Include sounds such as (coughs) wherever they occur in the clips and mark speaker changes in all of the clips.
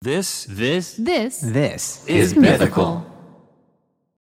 Speaker 1: This
Speaker 2: This
Speaker 3: This
Speaker 4: This
Speaker 2: is mythical.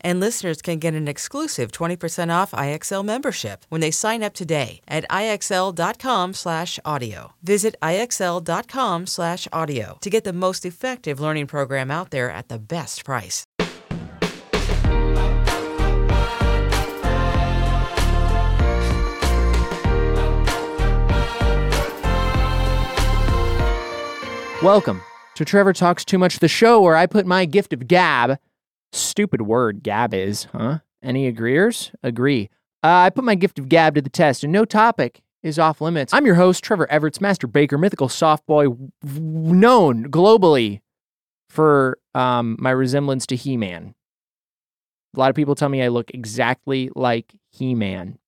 Speaker 5: And listeners can get an exclusive 20% off IXL membership when they sign up today at IXL.com slash audio. Visit IXL.com slash audio to get the most effective learning program out there at the best price.
Speaker 4: Welcome to Trevor Talks Too Much, the show where I put my gift of gab. Stupid word gab is, huh? Any agreeers? Agree. Uh, I put my gift of gab to the test, and no topic is off limits. I'm your host, Trevor Everts, master baker, mythical soft boy, w- w- known globally for um, my resemblance to He Man. A lot of people tell me I look exactly like He Man.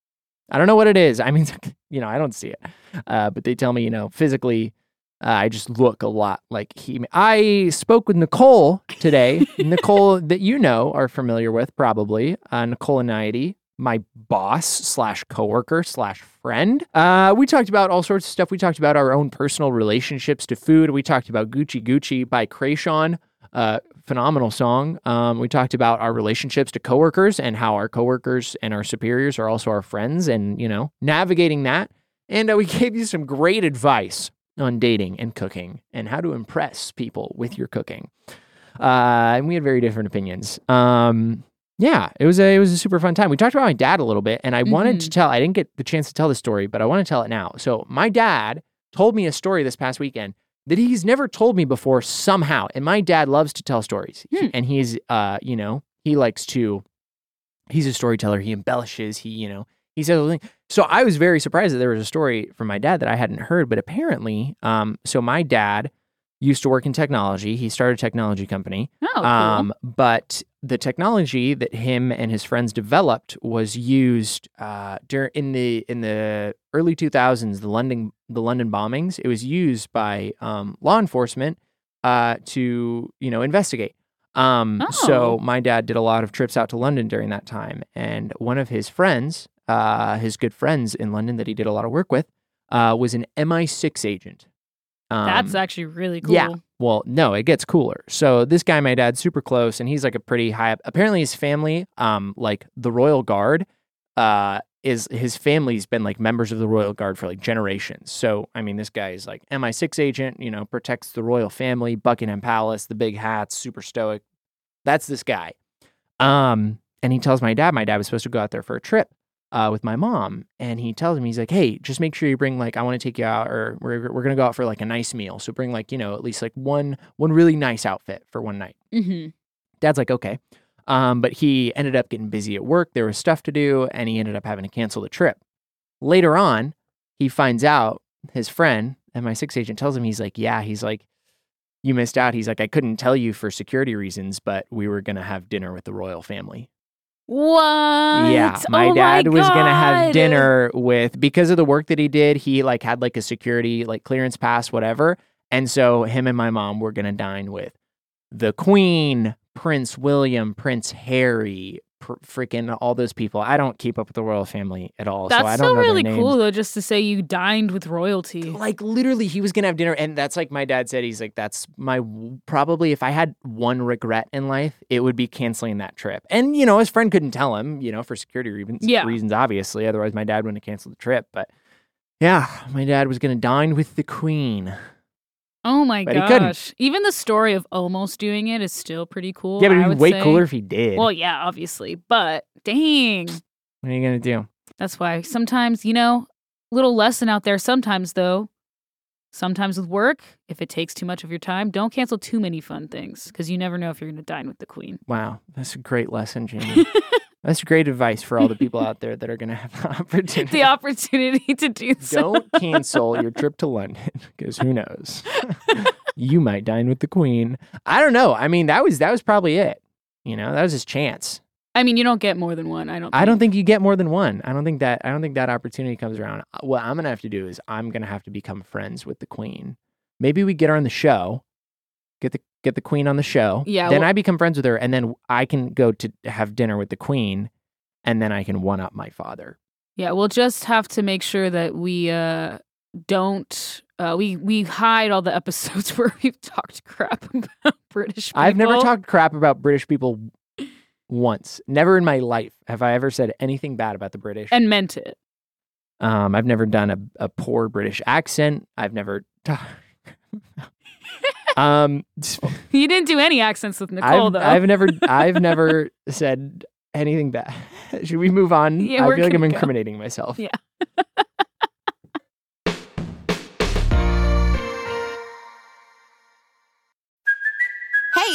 Speaker 4: I don't know what it is. I mean, (laughs) you know, I don't see it, uh, but they tell me, you know, physically. Uh, I just look a lot like he. I spoke with Nicole today. Nicole, that you know are familiar with probably. Uh, Nicole Aniety, my boss slash coworker slash friend. Uh, we talked about all sorts of stuff. We talked about our own personal relationships to food. We talked about Gucci Gucci by Krayshawn. Uh, phenomenal song. Um, we talked about our relationships to coworkers and how our coworkers and our superiors are also our friends, and you know navigating that. And uh, we (laughs) gave you some great advice on dating and cooking and how to impress people with your cooking. Uh, and we had very different opinions. Um, yeah, it was a it was a super fun time. We talked about my dad a little bit, and I wanted to tell. I didn't get the chance to tell this story, but I want to tell it now. So my dad told me a story this past weekend that he's never told me before somehow. And my dad loves to tell stories, He-
Speaker 3: Hmm.
Speaker 4: and he's uh you know he likes to. He's a storyteller. He embellishes. He you know he says little things. So I was very surprised that there was a story from my dad that I hadn't heard, but apparently, um, so my dad used to work in technology. He started a technology company.
Speaker 3: Oh, cool.
Speaker 4: Um, but the technology that him and his friends developed was used uh, dur- in the in the early 2000s, the London the London bombings. It was used by um, law enforcement uh, to you know investigate. Um, So
Speaker 3: Oh.
Speaker 4: my dad did a lot of trips out to London during that time, and one of his friends, uh, his good friends in London that he did a lot of work with, uh, was an MI6 agent. Um,
Speaker 3: That's actually really cool.
Speaker 4: yeah. well, no, it gets cooler. So this guy, my dad's super close, and he's like a pretty high up. Apparently, his family, um, like the royal guard, uh, is his family's been like members of the royal guard for like generations. So I mean, this guy is like MI6 agent. You know, protects the royal family, Buckingham Palace, the big hats, super stoic. That's this guy. Um, and he tells my dad, my dad was supposed to go out there for a trip uh, with my mom, and he tells him, he's like, "Hey, just make sure you bring like I want to take you out, or we're we're gonna go out for like a nice meal. So bring like you know at least like one one really nice outfit for one night."
Speaker 3: Mm-hmm.
Speaker 4: Dad's like, "Okay," um, but he ended up getting busy at work. There was stuff to do, and he ended up having to cancel the trip. Later on, he finds out his friend and my six agent tells him he's like, "Yeah," he's like. You missed out. He's like, I couldn't tell you for security reasons, but we were going to have dinner with the royal family.
Speaker 3: What?
Speaker 4: Yeah, my
Speaker 3: Oh
Speaker 4: dad was gonna
Speaker 3: God.
Speaker 4: have dinner with because of the work that he did. He like had like a security like clearance pass, whatever, and so him and my mom were gonna dine with the Queen, Prince William, Prince Harry, pr- freaking all those people. I don't keep up with the royal family at all,
Speaker 3: That's
Speaker 4: so I don't
Speaker 3: still
Speaker 4: know their
Speaker 3: really
Speaker 4: names.
Speaker 3: cool though, just to say you dined with royalty.
Speaker 4: Like literally, he was gonna have dinner, and that's like my dad said. He's like, "That's my probably if I had one regret in life, it would be canceling that trip." And you know, his friend couldn't tell him, you know, for security reasons.
Speaker 3: Yeah.
Speaker 4: reasons obviously. Otherwise, my dad wouldn't have canceled the trip. But yeah, my dad was gonna dine with the queen.
Speaker 3: Oh my
Speaker 4: But he couldn't.
Speaker 3: gosh! Even the story of almost doing it is still pretty cool.
Speaker 4: yeah, but
Speaker 3: I
Speaker 4: it'd be
Speaker 3: would
Speaker 4: way
Speaker 3: say.
Speaker 4: cooler if he did.
Speaker 3: Well, yeah, obviously, but dang,
Speaker 4: what are you gonna do?
Speaker 3: that's why sometimes you know, little lesson out there. Sometimes though, Sometimes with work, if it takes too much of your time, don't cancel too many fun things because you never know if you're going to dine with the queen.
Speaker 4: Wow, that's a great
Speaker 3: (laughs)
Speaker 4: lesson, Jamie. that's great advice for all the people out there that are going to have the (laughs) opportunity.
Speaker 3: The opportunity to do so.
Speaker 4: (laughs) Don't cancel your trip to London (laughs) because who knows? you might dine with the queen. I don't know. I mean, that was that was probably it. You know, that was his chance.
Speaker 3: I mean, you don't get more than one. I don't.
Speaker 4: I don't think you get more than one. I don't think that I don't think that opportunity comes around. Uh, What I'm going to have to do is I'm going to have to become friends with the queen. Maybe we get her on the show. Get the get the queen on the show.
Speaker 3: Yeah,
Speaker 4: Then
Speaker 3: well-
Speaker 4: I become friends with her and then I can go to have dinner with the queen and then I can one up my father.
Speaker 3: Yeah, we'll just have to make sure that we uh, don't. Uh, we we hide all the episodes (laughs) where we've talked crap about British. People.
Speaker 4: I've never talked crap about British people once. Never in my life have I ever said anything bad about the British.
Speaker 3: and meant it.
Speaker 4: um, I've never done a, a poor British accent. I've never.
Speaker 3: (laughs)
Speaker 4: ta- um,
Speaker 3: You didn't do any accents with Nicole
Speaker 4: I've,
Speaker 3: though. (laughs)
Speaker 4: I've never, I've never said anything bad. (laughs) Should we move on?
Speaker 3: Yeah,
Speaker 4: I
Speaker 3: we're
Speaker 4: feel like I'm
Speaker 3: gonna go.
Speaker 4: incriminating myself.
Speaker 3: Yeah.
Speaker 1: Hey,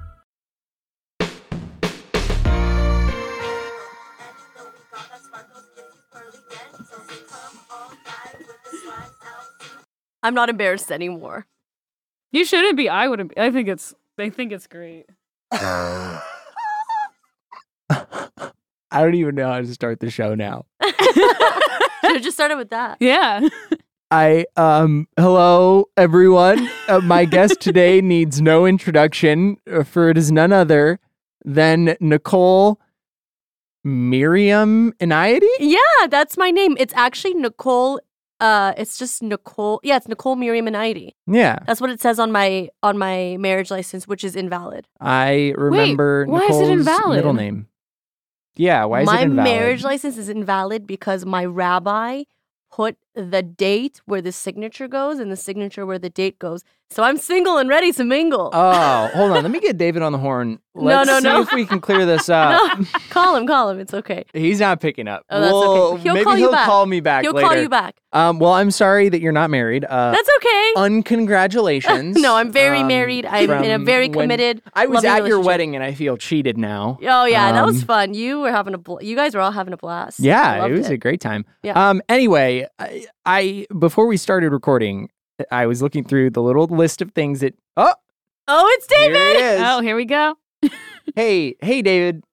Speaker 6: I'm not embarrassed (laughs) anymore.
Speaker 3: You shouldn't be. I wouldn't. Be. I think it's. They think it's great.
Speaker 4: I don't even know how to start the show now.
Speaker 6: Should have just started with that.
Speaker 3: Yeah.
Speaker 4: I um hello everyone. Uh, my guest today
Speaker 6: (laughs)
Speaker 4: needs no introduction, uh, for it is none other than Nicole Miriam Iniety.
Speaker 6: Yeah, that's my name. It's actually Nicole. Uh, it's just Nicole. Yeah, it's Nicole Miriam Anaiety.
Speaker 4: Yeah,
Speaker 6: That's what it says on my on my marriage license, which is invalid.
Speaker 4: I remember
Speaker 3: why is it
Speaker 4: Nicole's
Speaker 3: invalid?
Speaker 4: middle name. Yeah, why is
Speaker 6: my
Speaker 4: it invalid?
Speaker 6: marriage license is invalid because my rabbi put the date where the signature goes and the signature where the date goes. So I'm single and ready to mingle.
Speaker 4: Oh, hold on. Let me get David on the horn.
Speaker 6: (laughs) No,
Speaker 4: Let's
Speaker 6: no,
Speaker 4: see
Speaker 6: no.
Speaker 4: if we can clear this up.
Speaker 6: (laughs) No, call him, call him. It's okay.
Speaker 4: He's not picking up.
Speaker 6: Oh, that's okay.
Speaker 4: Well,
Speaker 6: He'll
Speaker 4: maybe
Speaker 6: call you
Speaker 4: he'll
Speaker 6: back.
Speaker 4: call me back
Speaker 6: He'll
Speaker 4: later.
Speaker 6: call you back.
Speaker 4: Um, well, I'm sorry that you're not married. Uh,
Speaker 6: That's okay.
Speaker 4: uncongratulations.
Speaker 6: (laughs) no, I'm very
Speaker 4: um,
Speaker 6: married. I'm in a
Speaker 4: from
Speaker 6: very
Speaker 4: when-
Speaker 6: committed.
Speaker 4: I was
Speaker 6: loving
Speaker 4: at your
Speaker 6: relationship.
Speaker 4: wedding and I feel cheated now.
Speaker 6: Oh yeah, that was
Speaker 4: Um,
Speaker 6: fun. You were having a bl- you guys were all having a blast. I
Speaker 4: Yeah,
Speaker 6: loved
Speaker 4: it was a great time.
Speaker 6: Yeah.
Speaker 4: Um. Anyway, I, I before we started recording, I was looking through the little list of things that. Oh,
Speaker 6: oh, it's
Speaker 4: here
Speaker 6: David.
Speaker 4: he is.
Speaker 3: (laughs) Oh, here we go.
Speaker 4: hey, hey, David.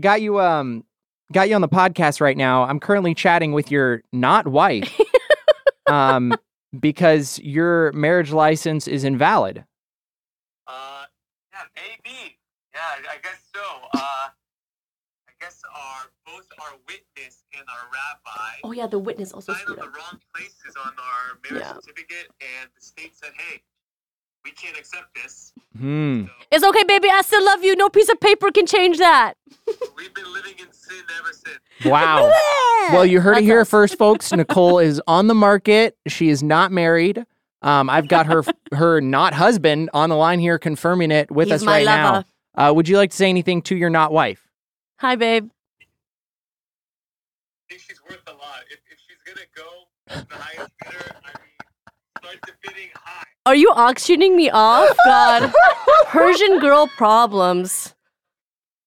Speaker 4: Got you. Um. Got you on the podcast right now. I'm currently chatting with your not
Speaker 6: (laughs)
Speaker 4: wife. um. Because your marriage license is invalid.
Speaker 7: Uh, yeah, maybe. Yeah, I- I guess so. Uh, I guess our both our witness and our rabbi
Speaker 6: Oh yeah, the witness also
Speaker 7: signed on
Speaker 6: screwed
Speaker 7: the
Speaker 6: up.
Speaker 7: wrong places on our marriage
Speaker 6: Yeah.
Speaker 7: certificate, and the state said, "Hey, we can't accept this."
Speaker 6: (laughs)
Speaker 4: Hmm.
Speaker 6: It's okay, baby. I still love you. No piece of paper can change that.
Speaker 7: So we've been living in sin ever since.
Speaker 4: Wow. Well, you heard it
Speaker 6: That's
Speaker 4: here
Speaker 6: us.
Speaker 4: first, folks. Nicole is on the market. She is not married. Um, I've got her (laughs) her not husband on the line here, confirming it with
Speaker 6: He's
Speaker 4: us right
Speaker 6: my lover.
Speaker 4: now. Uh, would you like to say anything to your not wife?
Speaker 6: Hi, babe.
Speaker 7: I think she's worth a lot. If, if she's gonna go to the highest bidder, I mean, start the bidding high.
Speaker 6: Are you auctioning me off?
Speaker 4: (laughs)
Speaker 6: God, Persian girl problems.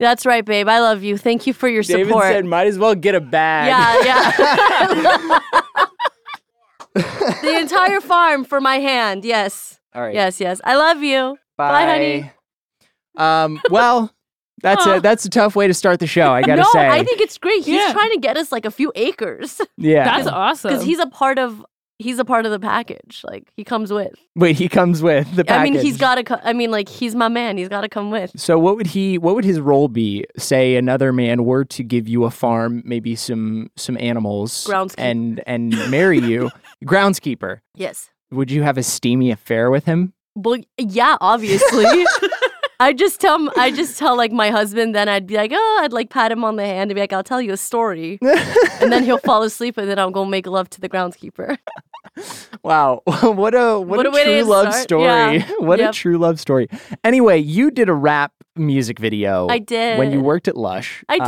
Speaker 6: That's right, babe. I love you. Thank you for your support.
Speaker 4: "Might as well get a bag."
Speaker 6: yeah, yeah. the entire farm for my hand. Yes,
Speaker 4: (laughs) All right.
Speaker 6: yes, yes. I love you.
Speaker 4: Bye,
Speaker 6: honey.
Speaker 4: Um, well, that's a
Speaker 3: Aw.
Speaker 4: that's a tough way to start the show. I gotta
Speaker 6: no,
Speaker 4: say.
Speaker 6: I think it's great. He's
Speaker 3: Yeah.
Speaker 6: trying to get us like a few acres
Speaker 4: yeah.
Speaker 3: That's awesome.
Speaker 6: because he's a part of he's a part of the package. Like he comes with.
Speaker 4: Wait, he comes with the
Speaker 6: I
Speaker 4: package.
Speaker 6: mean, he's got to. Co- I mean, like he's my man. He's got to come with.
Speaker 4: So what would he what would his role be? Say another man were to give you a farm, maybe some some animals
Speaker 6: Groundskeep- (laughs)
Speaker 4: and and marry you. Groundskeeper.
Speaker 6: Yes.
Speaker 4: Would you have a steamy affair with him?
Speaker 6: Well, yeah, obviously. I just tell m- I just tell like my husband. Then I'd be like, oh, I'd like pat him on the hand and be like, I'll tell you
Speaker 4: (laughs)
Speaker 6: a story, and then he'll fall asleep, and then I'll go make love to the groundskeeper.
Speaker 4: Wow. (laughs) what a what,
Speaker 6: What
Speaker 4: a,
Speaker 6: a way to
Speaker 4: true love
Speaker 6: start.
Speaker 4: story. (laughs)
Speaker 6: Yeah.
Speaker 4: What
Speaker 6: Yep.
Speaker 4: a true love story. Anyway, you did a rap music video
Speaker 6: I did.
Speaker 4: Oh, when you worked at Lush.
Speaker 6: I
Speaker 4: uh,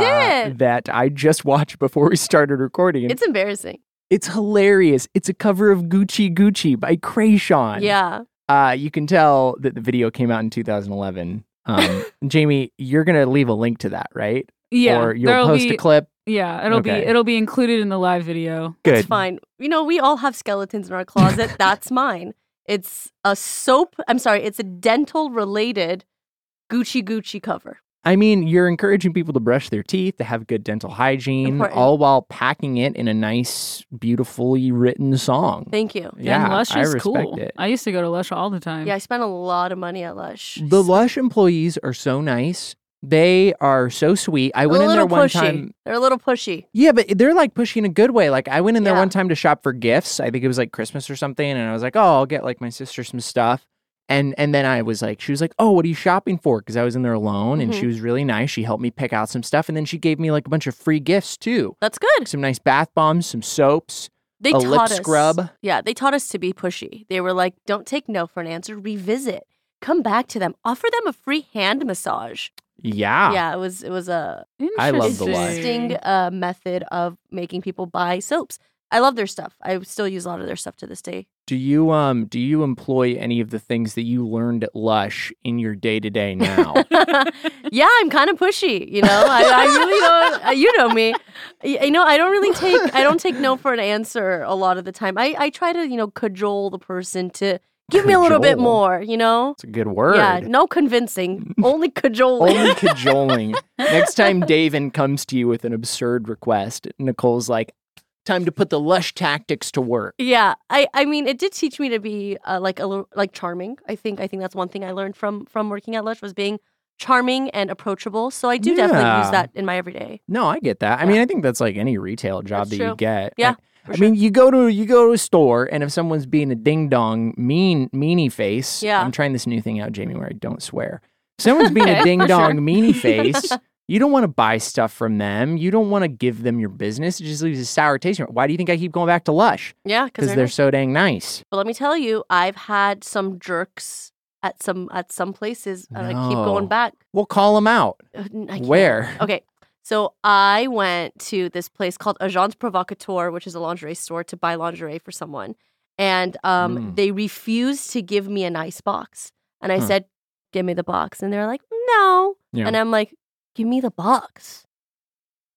Speaker 6: did.
Speaker 4: that I just (laughs) watched before we started recording. It's,
Speaker 6: It's embarrassing.
Speaker 4: it's hilarious. It's a cover of Gucci Gucci by Krayshawn.
Speaker 6: Yeah.
Speaker 4: Uh, you can tell that the video came out in 2011.
Speaker 3: (laughs)
Speaker 4: Um, Jamie, you're gonna leave a link to that, right?
Speaker 3: Yeah,
Speaker 4: Or you'll
Speaker 3: there'll
Speaker 4: post
Speaker 3: be,
Speaker 4: a clip.
Speaker 3: Yeah, it'll
Speaker 4: Okay.
Speaker 3: be it'll be included in the live video.
Speaker 4: Good.
Speaker 6: It's fine. You know, we all have skeletons in
Speaker 4: (laughs)
Speaker 6: our closet. That's mine. It's a soap. I'm sorry. It's a dental related Gucci Gucci cover.
Speaker 4: I mean, you're encouraging people to brush their teeth, to have good dental hygiene,
Speaker 6: Important.
Speaker 4: all while packing it in a nice, beautifully written song.
Speaker 6: Thank you.
Speaker 4: yeah,
Speaker 3: and Lush
Speaker 4: I
Speaker 3: is
Speaker 4: respect
Speaker 3: cool.
Speaker 4: it.
Speaker 3: I used to go to Lush all the time.
Speaker 6: Yeah, I spent a lot of money at Lush.
Speaker 4: the Lush employees are so nice. They are so sweet. I
Speaker 6: They're
Speaker 4: went
Speaker 6: a
Speaker 4: in there
Speaker 6: little
Speaker 4: one
Speaker 6: pushy.
Speaker 4: time.
Speaker 6: They're a little pushy.
Speaker 4: Yeah, but they're like pushy in a good way. Like I went in there
Speaker 6: Yeah.
Speaker 4: one time to shop for gifts. I think it was like Christmas or something, and I was like, "Oh, I'll get like my sister some stuff." And and then I was like, she was like, "Oh, what are you shopping for?" Because I was in there alone, and
Speaker 6: Mm-hmm.
Speaker 4: she was really nice. She helped me pick out some stuff, and then she gave me like a bunch of free gifts too.
Speaker 6: That's good.
Speaker 4: some nice bath bombs, some soaps.
Speaker 6: They
Speaker 4: a
Speaker 6: taught
Speaker 4: lip
Speaker 6: us.
Speaker 4: scrub.
Speaker 6: Yeah, they taught us to be pushy. They were like, "Don't take no for an answer. Revisit. Come back to them. Offer them a free hand massage."
Speaker 4: Yeah.
Speaker 6: Yeah, it was it was a
Speaker 4: I (laughs) love the Lush.
Speaker 6: interesting uh, method of making people buy soaps. I love their stuff. I still use a lot of their stuff to this day. (laughs)
Speaker 4: Do you um do you employ any of the things that you learned at Lush in your day to day now?
Speaker 6: (laughs) yeah, I'm kind of pushy, you know. I, I really don't. uh, You know me. Y- You know, I don't really take. I don't take no for an answer a lot of the time. I I try to you know cajole the person to give me a little bit
Speaker 4: Cajole.
Speaker 6: more. You know.
Speaker 4: It's a good word.
Speaker 6: Yeah, no convincing, only cajoling.
Speaker 4: Only cajoling. Next time Davin comes to you with an absurd request, Nicole's like, "Time to put the Lush tactics to work."
Speaker 6: yeah, I I mean, it did teach me to be uh, like a little like charming. I think I think that's one thing I learned from from working at Lush was being charming and approachable. So I do definitely
Speaker 4: Yeah.
Speaker 6: use that in my everyday.
Speaker 4: No, I get that. I
Speaker 6: Yeah.
Speaker 4: mean, I think that's like any retail job
Speaker 6: That's
Speaker 4: that you
Speaker 6: true.
Speaker 4: get.
Speaker 6: Yeah,
Speaker 4: I,
Speaker 6: for
Speaker 4: I mean, you go to you go to a store, and if someone's being a ding dong, mean meanie face.
Speaker 6: Yeah.
Speaker 4: I'm trying this new thing out, Jamie, where I don't swear. If someone's being
Speaker 6: (laughs)
Speaker 4: a
Speaker 3: Okay,
Speaker 4: ding
Speaker 3: for
Speaker 4: dong
Speaker 3: sure.
Speaker 4: meanie face. You don't want to buy stuff from them. You don't want to give them your business. It just leaves a sour taste. in your- Why do you think I keep going back to Lush?
Speaker 6: Yeah, because
Speaker 4: Because
Speaker 6: they're,
Speaker 4: they're so dang nice.
Speaker 6: But let me tell you, I've had some jerks at some at some places, and I keep
Speaker 4: No.
Speaker 6: going back.
Speaker 4: We'll call them out.
Speaker 6: Uh, n- I can't.
Speaker 4: Where?
Speaker 6: (laughs) Okay, so I went to this place called Agence Provocateur, which is a lingerie store, to buy lingerie for someone, and um,
Speaker 4: Mm.
Speaker 6: they refused to give me an ice box, and I
Speaker 4: Huh.
Speaker 6: said, "Give me the box," and they're like, "No,"
Speaker 4: Hmm. Yeah.
Speaker 6: and I'm like, "Give me the box."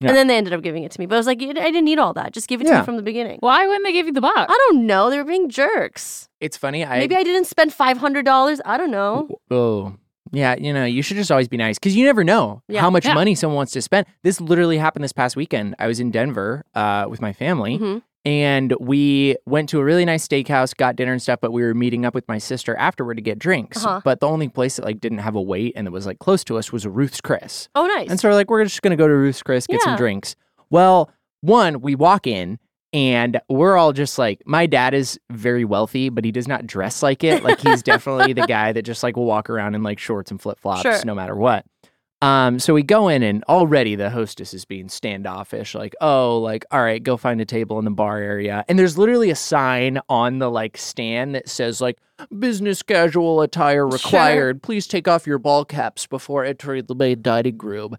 Speaker 4: Yeah.
Speaker 6: And then they ended up giving it to me. But I was like, I didn't need all that. Just give it to
Speaker 4: Yeah.
Speaker 6: me from the beginning.
Speaker 3: Why wouldn't they give you the box?
Speaker 6: I don't know. They were being jerks.
Speaker 4: It's funny. I
Speaker 6: Maybe I didn't spend five hundred dollars. I don't know.
Speaker 4: W- Oh. Yeah, you know, you should just always be nice because you never know
Speaker 6: Yeah.
Speaker 4: how much
Speaker 3: Yeah.
Speaker 4: money someone wants to spend. This literally happened this past weekend. I was in Denver uh, with my family
Speaker 6: Mhm.
Speaker 4: and we went to a really nice steakhouse, got dinner and stuff, but we were meeting up with my sister afterward to get drinks.
Speaker 6: Uh-huh.
Speaker 4: But the only place that like didn't have a wait and that was like close to us was a Ruth's Chris.
Speaker 6: Oh, nice.
Speaker 4: And so we're like, we're just gonna go to Ruth's Chris, get some
Speaker 6: Yeah.
Speaker 4: drinks. Well, one, we walk in and we're all just like, my dad is very wealthy, but he does not dress like it. Like
Speaker 6: (laughs)
Speaker 4: he's definitely the guy that just like will walk around in like shorts and flip flops
Speaker 6: Sure.
Speaker 4: no matter what. Um, so we go in and already the hostess is being standoffish, like, oh, like, all right, go find a table in the bar area. And there's literally a sign on the like stand that says like business casual attire required. Please take off your ball caps before entering the main dining room.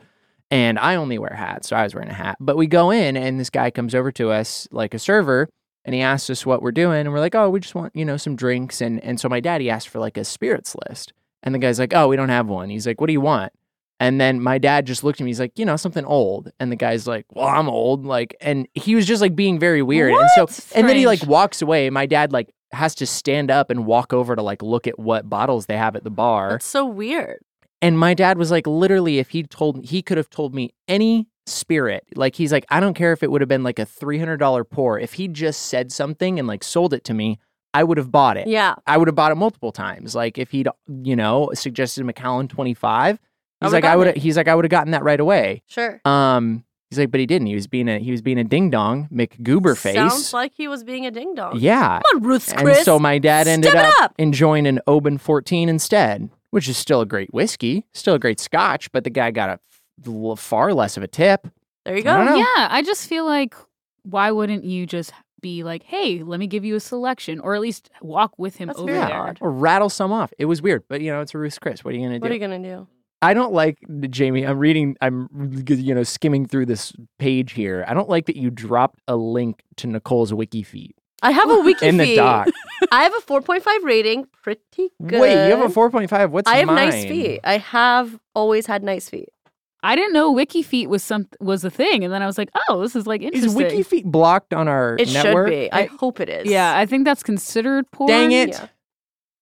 Speaker 4: And I only wear hats, so I was wearing a hat. But we go in and this guy comes over to us like a server and he asks us what we're doing and we're like, "Oh, we just want, you know, some drinks." And and so my daddy asked for like a spirits list. And the guy's like, "Oh, we don't have one." He's like, "What do you want?" And then my dad just looked at me. He's like, you know, something old. And the guy's like, well, I'm old. Like, and he was just like being very weird. And so, and then he like
Speaker 6: Strange.
Speaker 4: walks away. My dad like has to stand up and walk over to like look at what bottles they have at the bar.
Speaker 6: That's so weird.
Speaker 4: And my dad was like, literally, if he told he could have told me any spirit, like he's like, I don't care if it would have been like a three hundred dollar pour. If he just said something and like sold it to me, I would have bought it.
Speaker 6: Yeah.
Speaker 4: I would have bought it multiple times. Like if he'd, you know, suggested Macallan twenty five,
Speaker 6: I
Speaker 4: he's
Speaker 6: would've
Speaker 4: like, I
Speaker 6: gotten
Speaker 4: would.
Speaker 6: it.
Speaker 4: He's like, I would have gotten that right away.
Speaker 6: Sure.
Speaker 4: Um, He's like, but he didn't. He was being a he was being a ding dong McGoober face.
Speaker 6: Sounds like he was being a ding dong.
Speaker 4: yeah.
Speaker 6: Come on, Ruth's
Speaker 4: And
Speaker 6: Chris.
Speaker 4: so my dad ended
Speaker 6: Step it
Speaker 4: up,
Speaker 6: up.
Speaker 4: enjoying an Oban 14 instead, which is still a great whiskey, still a great scotch, but the guy got a l- far less of a tip.
Speaker 6: there you
Speaker 4: I don't
Speaker 6: go.
Speaker 4: know.
Speaker 3: Yeah, I just feel like why wouldn't you just be like, hey, let me give you a selection, or at least walk with him
Speaker 6: That's
Speaker 3: over
Speaker 6: very
Speaker 3: there.
Speaker 6: odd.
Speaker 4: Or rattle some off. It was weird, but you know, it's a Ruth's Chris. What are you going to
Speaker 6: What
Speaker 4: do?
Speaker 6: are you gonna do?
Speaker 4: I don't like the- Jamie. I'm reading. I'm you know skimming through this page here. I don't like that you dropped a link to Nicole's wiki feed
Speaker 6: I have
Speaker 4: (laughs)
Speaker 6: a wiki
Speaker 4: in the
Speaker 6: feed.
Speaker 4: doc.
Speaker 6: (laughs) I have a 4.5 rating. Pretty good.
Speaker 4: Wait, you have a 4.5. What's
Speaker 6: I have
Speaker 4: mine?
Speaker 6: nice feet. I have always had nice feet.
Speaker 3: I didn't know Wiki Feet was some was a thing, and then I was like, oh, this is like interesting.
Speaker 4: Is wiki feed blocked on our
Speaker 6: It
Speaker 4: network?
Speaker 6: should be. I hope it is.
Speaker 3: yeah, I think that's considered porn.
Speaker 4: Dang it! Yeah,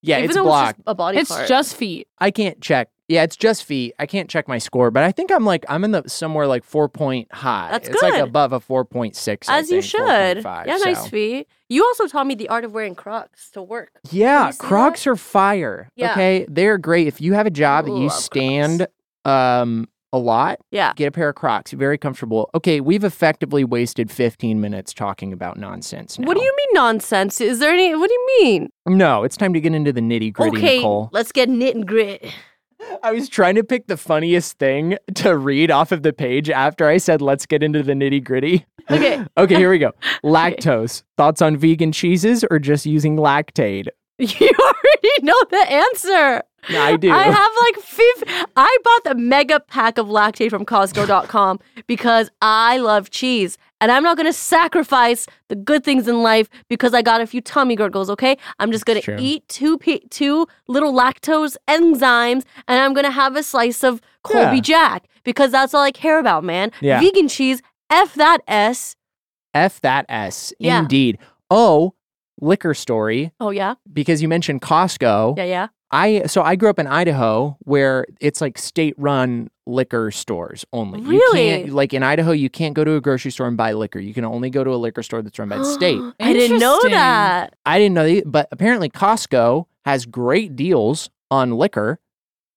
Speaker 6: Yeah. Even
Speaker 4: it's
Speaker 6: though
Speaker 4: blocked.
Speaker 6: It's just a body
Speaker 3: It's
Speaker 6: part.
Speaker 3: just feet.
Speaker 4: I can't check. Yeah, it's just feet. I can't check my score, but I think I'm like I'm in the somewhere like four point high.
Speaker 6: That's
Speaker 4: it's like
Speaker 6: good.
Speaker 4: above a four point six.
Speaker 6: as you should. Yeah,
Speaker 4: Yeah,
Speaker 6: nice feet. You also taught me the art of wearing Crocs to work.
Speaker 4: Yeah,
Speaker 6: you see
Speaker 4: Crocs are fire.
Speaker 6: Yeah.
Speaker 4: Okay, they're great. If you have a job that you
Speaker 6: Love Crocs.
Speaker 4: stand um a lot,
Speaker 6: Yeah.
Speaker 4: get a pair of Crocs. Very comfortable. Okay, we've effectively wasted 15 minutes talking about nonsense.
Speaker 6: What do
Speaker 4: now.
Speaker 6: you mean nonsense? Is there any? What do you mean?
Speaker 4: No, it's time to get into the nitty gritty,
Speaker 6: okay,
Speaker 4: Nicole.
Speaker 6: let's get knit and grit. (laughs)
Speaker 4: I was trying to pick the funniest thing to read off of the page after I said, let's get into the nitty gritty.
Speaker 6: (laughs) Okay.
Speaker 4: (laughs) okay, here we go. Lactose. Thoughts on vegan cheeses or just using lactaid?
Speaker 6: You already know the answer.
Speaker 4: Yeah, I do.
Speaker 6: I have like five. I bought the mega pack of lactate from Costco.com because I love cheese. And I'm not going to sacrifice the good things in life because I got a few tummy gurgles, okay? I'm just going
Speaker 4: True.
Speaker 6: to eat two pe two little lactose enzymes and I'm going to have a slice of Colby
Speaker 4: Yeah.
Speaker 6: Jack because that's all I care about, man.
Speaker 4: Yeah.
Speaker 6: Vegan cheese, F that S.
Speaker 4: F that S.
Speaker 6: Yeah.
Speaker 4: Indeed. Oh, liquor story,
Speaker 6: Oh, yeah?
Speaker 4: because you mentioned Costco.
Speaker 6: Yeah, yeah.
Speaker 4: I so I grew up in Idaho where it's like state run liquor stores only. You
Speaker 6: Really?
Speaker 4: can't like in Idaho you can't go to a grocery store and buy liquor. You can only go to a liquor store that's run by the state.
Speaker 6: (gasps) I didn't know
Speaker 3: Interesting.
Speaker 6: that.
Speaker 4: I didn't know, the- but apparently Costco has great deals on liquor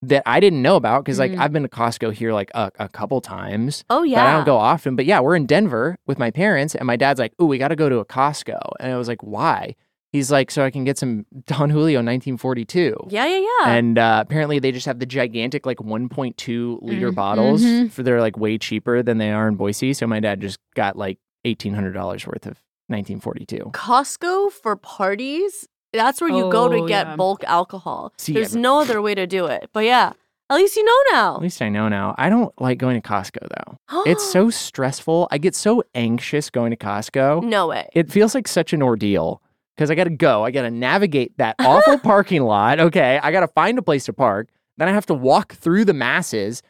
Speaker 4: that I didn't know about because like
Speaker 3: Mm.
Speaker 4: I've been to Costco here like a, a couple times.
Speaker 6: Oh, yeah.
Speaker 4: But I don't go often. But yeah, we're in Denver with my parents, and my dad's like, "Ooh, we got to go to a Costco," and I was like, "Why?" He's like, "So I can get some (laughs) Don Julio 1942."
Speaker 6: Yeah, yeah, yeah.
Speaker 4: And uh, apparently, they just have the gigantic, like 1.2 liter
Speaker 6: Mm-hmm.
Speaker 3: Mhm.
Speaker 4: bottles
Speaker 3: Mhm.
Speaker 4: for they're like way cheaper than they are in Boise. So my dad just got like $1,800 worth of 1942.
Speaker 6: Costco for parties, that's where you go to
Speaker 3: Oh,
Speaker 6: get
Speaker 3: yeah.
Speaker 6: bulk alcohol.
Speaker 4: See,
Speaker 6: There's
Speaker 4: yeah, but-
Speaker 6: no
Speaker 4: (laughs)
Speaker 6: other way to do it. But yeah, at least you know
Speaker 4: At
Speaker 6: now.
Speaker 4: least I know now. I don't like going to Costco though.
Speaker 6: (gasps)
Speaker 4: It's so stressful. I get so anxious going to Costco.
Speaker 6: No way.
Speaker 4: It feels like such an ordeal because I got to go. I got to navigate
Speaker 6: (laughs)
Speaker 4: that awful parking lot. Okay. I got to find a place to park. Then I have to walk through the masses.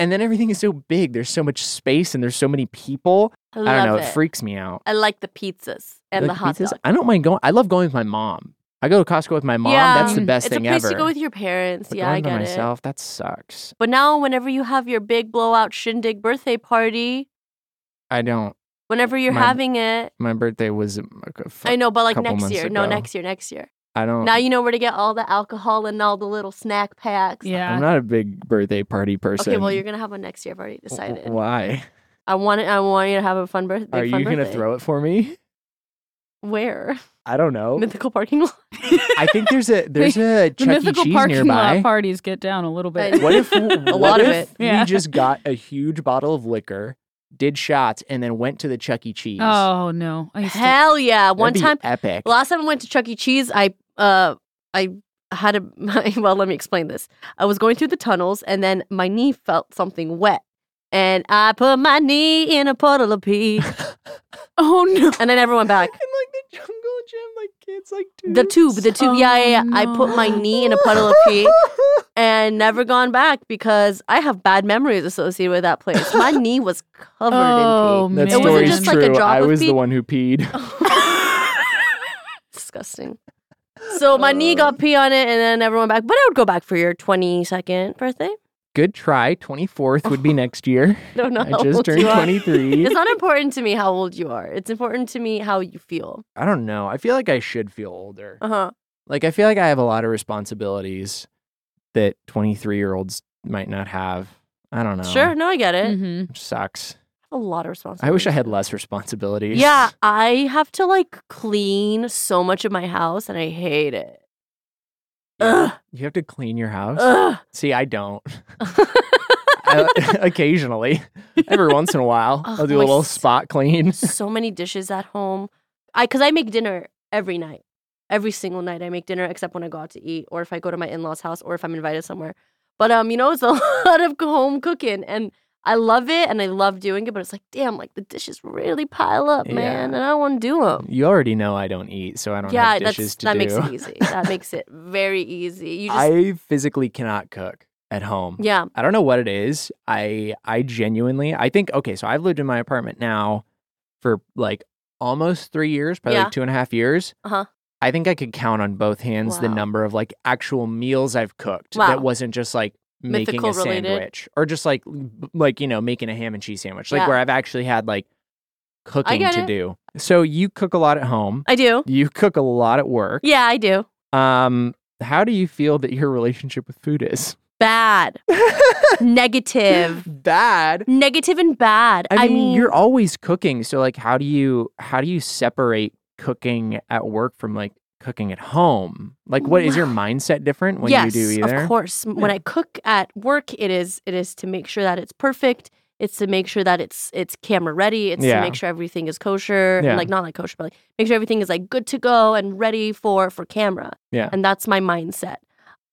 Speaker 4: And then everything is so big. There's so much space and there's so many people.
Speaker 6: I
Speaker 4: I
Speaker 6: love
Speaker 4: don't know.
Speaker 6: it.
Speaker 4: It freaks me out.
Speaker 6: I like the pizzas and
Speaker 4: You
Speaker 6: the
Speaker 4: like
Speaker 6: hot
Speaker 4: pizzas?
Speaker 6: dogs.
Speaker 4: I don't mind going. I love going with my mom. I go to Costco with my mom.
Speaker 6: Yeah.
Speaker 4: That's the
Speaker 3: Mm.
Speaker 4: best
Speaker 6: It's a
Speaker 4: thing
Speaker 6: place
Speaker 4: ever.
Speaker 6: to go with your parents.
Speaker 4: But
Speaker 6: yeah, I
Speaker 4: going by
Speaker 6: get it.
Speaker 4: myself, that sucks.
Speaker 6: But now, whenever you have your big blowout shindig birthday party,
Speaker 4: I don't.
Speaker 6: whenever you're
Speaker 4: My-
Speaker 6: having it,
Speaker 4: My birthday was. um, I
Speaker 6: I know, but like
Speaker 4: couple
Speaker 6: next
Speaker 4: months
Speaker 6: year. No,
Speaker 4: ago. Oh.
Speaker 6: next year, next year.
Speaker 4: I don't.
Speaker 6: Now you know where to get all the alcohol and all the little snack packs.
Speaker 4: I'm
Speaker 3: Yeah.
Speaker 4: not a big birthday party person.
Speaker 6: Okay, well, you're going to have one next year. I've already decided.
Speaker 4: Why?
Speaker 6: I want it, I want you to have a fun birthday.
Speaker 4: Are you gonna throw it for me?
Speaker 6: where (laughs)
Speaker 4: I don't know.
Speaker 6: mythical parking lot?
Speaker 4: I think there's a there's a
Speaker 3: The
Speaker 4: Chuck E.
Speaker 3: mythical
Speaker 4: Cheese
Speaker 3: parking
Speaker 4: nearby.
Speaker 3: lot parties get down a little
Speaker 6: I
Speaker 3: bit.
Speaker 4: (laughs)
Speaker 6: know.
Speaker 4: What
Speaker 6: (laughs)
Speaker 4: if a
Speaker 6: lot of
Speaker 4: if
Speaker 6: it.
Speaker 4: we
Speaker 3: Yeah.
Speaker 4: just got
Speaker 6: (laughs)
Speaker 4: a huge bottle of liquor, did shots, and then went to the Chuck E. Cheese?
Speaker 3: Oh no! I used to-
Speaker 6: Hell yeah!
Speaker 4: That'd
Speaker 6: One
Speaker 4: be
Speaker 6: time,
Speaker 4: epic. (laughs)
Speaker 6: last time I went to Chuck E. Cheese, I uh I had a (laughs) well. Let me explain this. I was going through the tunnels, and then my knee felt something wet, and I put my knee in a puddle of pee,
Speaker 3: (laughs) Oh no!
Speaker 6: and I never went
Speaker 4: (laughs)
Speaker 6: back.
Speaker 4: And like the jungle gym, like kids like
Speaker 6: The tube, the tube. yeah, yeah, yeah.
Speaker 4: Oh,
Speaker 6: I put my knee in a puddle of
Speaker 4: (laughs)
Speaker 6: pee. And never gone back because I have bad memories associated with that place. My knee was covered in pee.
Speaker 3: Oh man!
Speaker 4: That
Speaker 6: It wasn't
Speaker 4: story's
Speaker 6: just like
Speaker 4: true.
Speaker 6: a drop
Speaker 4: I
Speaker 6: of
Speaker 4: was the
Speaker 6: pee.
Speaker 4: one who peed.
Speaker 6: (laughs) Disgusting. So my knee got pee on it, and then everyone back. But I would go back for your twenty second birthday. (laughs)
Speaker 4: Good try. Twenty fourth would be next year.
Speaker 6: I don't know.
Speaker 4: I
Speaker 6: how
Speaker 4: just
Speaker 6: old
Speaker 4: turned
Speaker 6: you are.
Speaker 4: twenty three.
Speaker 6: (laughs) It's not important to me how old you are. It's important to me how you feel.
Speaker 4: I don't know. I feel like I should feel older.
Speaker 6: Uh huh.
Speaker 4: Like I feel like I have a lot of responsibilities that 23 year olds might not have. I don't know.
Speaker 6: Sure. No, I get it.
Speaker 3: Mhm.
Speaker 4: It sucks.
Speaker 6: a lot of responsibility.
Speaker 4: I wish I had less responsibilities.
Speaker 6: Yeah, I have to like clean so much of my house, and I hate it. Ugh,
Speaker 4: You have to clean your house.
Speaker 6: ugh.
Speaker 4: See, I
Speaker 6: (laughs)
Speaker 4: don't. I- (laughs) occasionally, every once in a
Speaker 6: (laughs)
Speaker 4: while,
Speaker 6: Ugh,
Speaker 4: I'll do
Speaker 6: my
Speaker 4: a little
Speaker 6: s-
Speaker 4: spot clean.
Speaker 6: so many dishes at home. I because I make dinner every night, every single night. I make dinner except when I go out to eat, or if I go to my in laws' house, or if I'm invited somewhere. But um, you know, it's a (laughs) lot of home cooking, and I love it, and I love doing it. But it's like, damn, like the dishes really pile up, man,
Speaker 4: Yeah.
Speaker 6: and I don't want to do them.
Speaker 4: (laughs) You already know I don't eat, so I don't
Speaker 6: yeah,
Speaker 4: have dishes
Speaker 6: that's
Speaker 4: to
Speaker 6: that
Speaker 4: do.
Speaker 6: makes it easy. That makes
Speaker 4: (laughs)
Speaker 6: it very easy. You just
Speaker 4: I physically cannot cook at home.
Speaker 6: yeah,
Speaker 4: I don't know what it is. I I genuinely I think okay, so I've lived in my apartment now for like almost three years, probably
Speaker 6: Yeah.
Speaker 4: like two and a half years.
Speaker 6: Uh-huh.
Speaker 4: I think I could count on both hands the
Speaker 6: Wow.
Speaker 4: number of like actual meals I've cooked
Speaker 6: Wow.
Speaker 4: that wasn't just like making
Speaker 6: Mythical
Speaker 4: a
Speaker 6: related.
Speaker 4: sandwich or just like like you know making a ham and cheese sandwich, like
Speaker 6: Yeah.
Speaker 4: where I've actually had like cooking
Speaker 6: get
Speaker 4: to
Speaker 6: it.
Speaker 4: do. So you cook a lot at home.
Speaker 6: I do.
Speaker 4: You cook a lot at work.
Speaker 6: Yeah, I do.
Speaker 4: Um, how do you feel that your relationship with food is?
Speaker 6: Bad, negative,
Speaker 4: (laughs) Bad.
Speaker 6: negative, and bad.
Speaker 4: I mean, you're always cooking, so like, how do you how do you separate cooking at work from like cooking at home? Like, what is your mindset different when
Speaker 6: yes,
Speaker 4: you do either?
Speaker 6: of course. M- When
Speaker 4: Yeah.
Speaker 6: I cook at work, it is it is to make sure that it's perfect. It's to make sure that it's it's camera ready. It's
Speaker 4: Yeah.
Speaker 6: to make sure everything is kosher,
Speaker 4: Yeah.
Speaker 6: and like not like kosher, but like make sure everything is like good to go and ready for for camera.
Speaker 4: Yeah.
Speaker 6: and that's my mindset.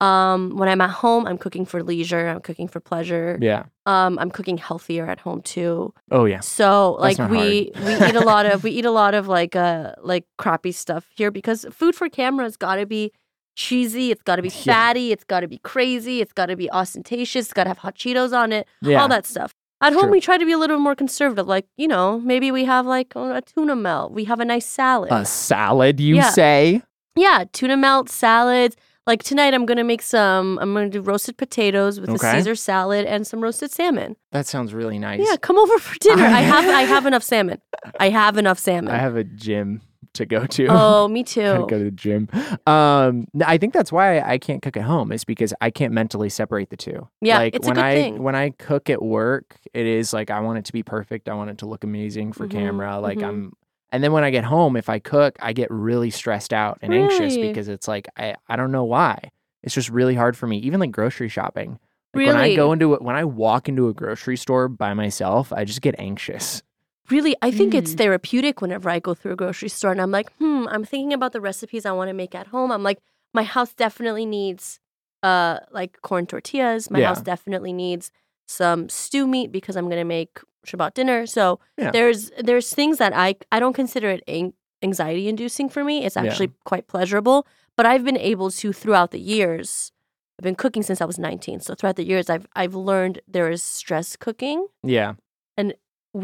Speaker 6: Um, when I'm at home, I'm cooking for leisure. I'm cooking for pleasure.
Speaker 4: Yeah.
Speaker 6: Um, I'm cooking healthier at home too.
Speaker 4: Oh yeah.
Speaker 6: So
Speaker 4: That's
Speaker 6: like
Speaker 4: not
Speaker 6: we we eat a lot of we eat a lot of like uh like crappy stuff here because food for camera's got to be cheesy, it's got to be
Speaker 4: Yeah.
Speaker 6: fatty, it's got to be crazy, it's got to be ostentatious, it's got to have hot Cheetos on it,
Speaker 4: Yeah.
Speaker 6: all that stuff. At home
Speaker 4: True.
Speaker 6: we try to be a little more conservative like, you know, maybe we have like a tuna melt, we have a nice salad.
Speaker 4: A salad, you
Speaker 6: Yeah.
Speaker 4: say?
Speaker 6: Yeah, tuna melt, salads. Like tonight I'm going to make some I'm going to do roasted potatoes with
Speaker 4: Okay.
Speaker 6: a Caesar salad and some roasted salmon.
Speaker 4: That sounds really nice.
Speaker 6: Yeah, come over for dinner. I have
Speaker 4: (laughs)
Speaker 6: I have enough salmon. I have enough salmon.
Speaker 4: I have a gym to go to.
Speaker 6: Oh, me
Speaker 4: (laughs) Gotta
Speaker 6: too.
Speaker 4: go to the gym. Um, n- I think that's why I can't cook at home is because I can't mentally separate the two.
Speaker 6: Yeah,
Speaker 4: like
Speaker 6: it's a
Speaker 4: when
Speaker 6: good
Speaker 4: I
Speaker 6: thing.
Speaker 4: when I cook at work, it is like I want it to be perfect. I want it to look amazing for
Speaker 6: Mhm,
Speaker 4: camera. Like
Speaker 6: mhm.
Speaker 4: I'm, and then when I get home, if I cook, I get really stressed out and anxious
Speaker 6: Really?
Speaker 4: because it's like I I don't know why. It's just really hard for me. Even like grocery shopping. Like when I go
Speaker 6: Really?
Speaker 4: into a, when I walk into a grocery store by myself, I just get anxious.
Speaker 6: Really, I think it's
Speaker 3: Mm.
Speaker 6: therapeutic whenever I go through a grocery store and I'm like, hmm, I'm thinking about the recipes I want to make at home. I'm like, my house definitely needs uh like corn tortillas. My house
Speaker 4: Yeah.
Speaker 6: definitely needs some stew meat because I'm gonna make Shabbat dinner. So
Speaker 4: Yeah.
Speaker 6: there's there's things that I I don't consider it an- anxiety inducing for me. It's
Speaker 4: Yeah.
Speaker 6: actually quite pleasurable. But I've been able to throughout the years. I've been cooking since I was 19. So throughout the years, I've I've learned there is stress cooking
Speaker 4: Yeah.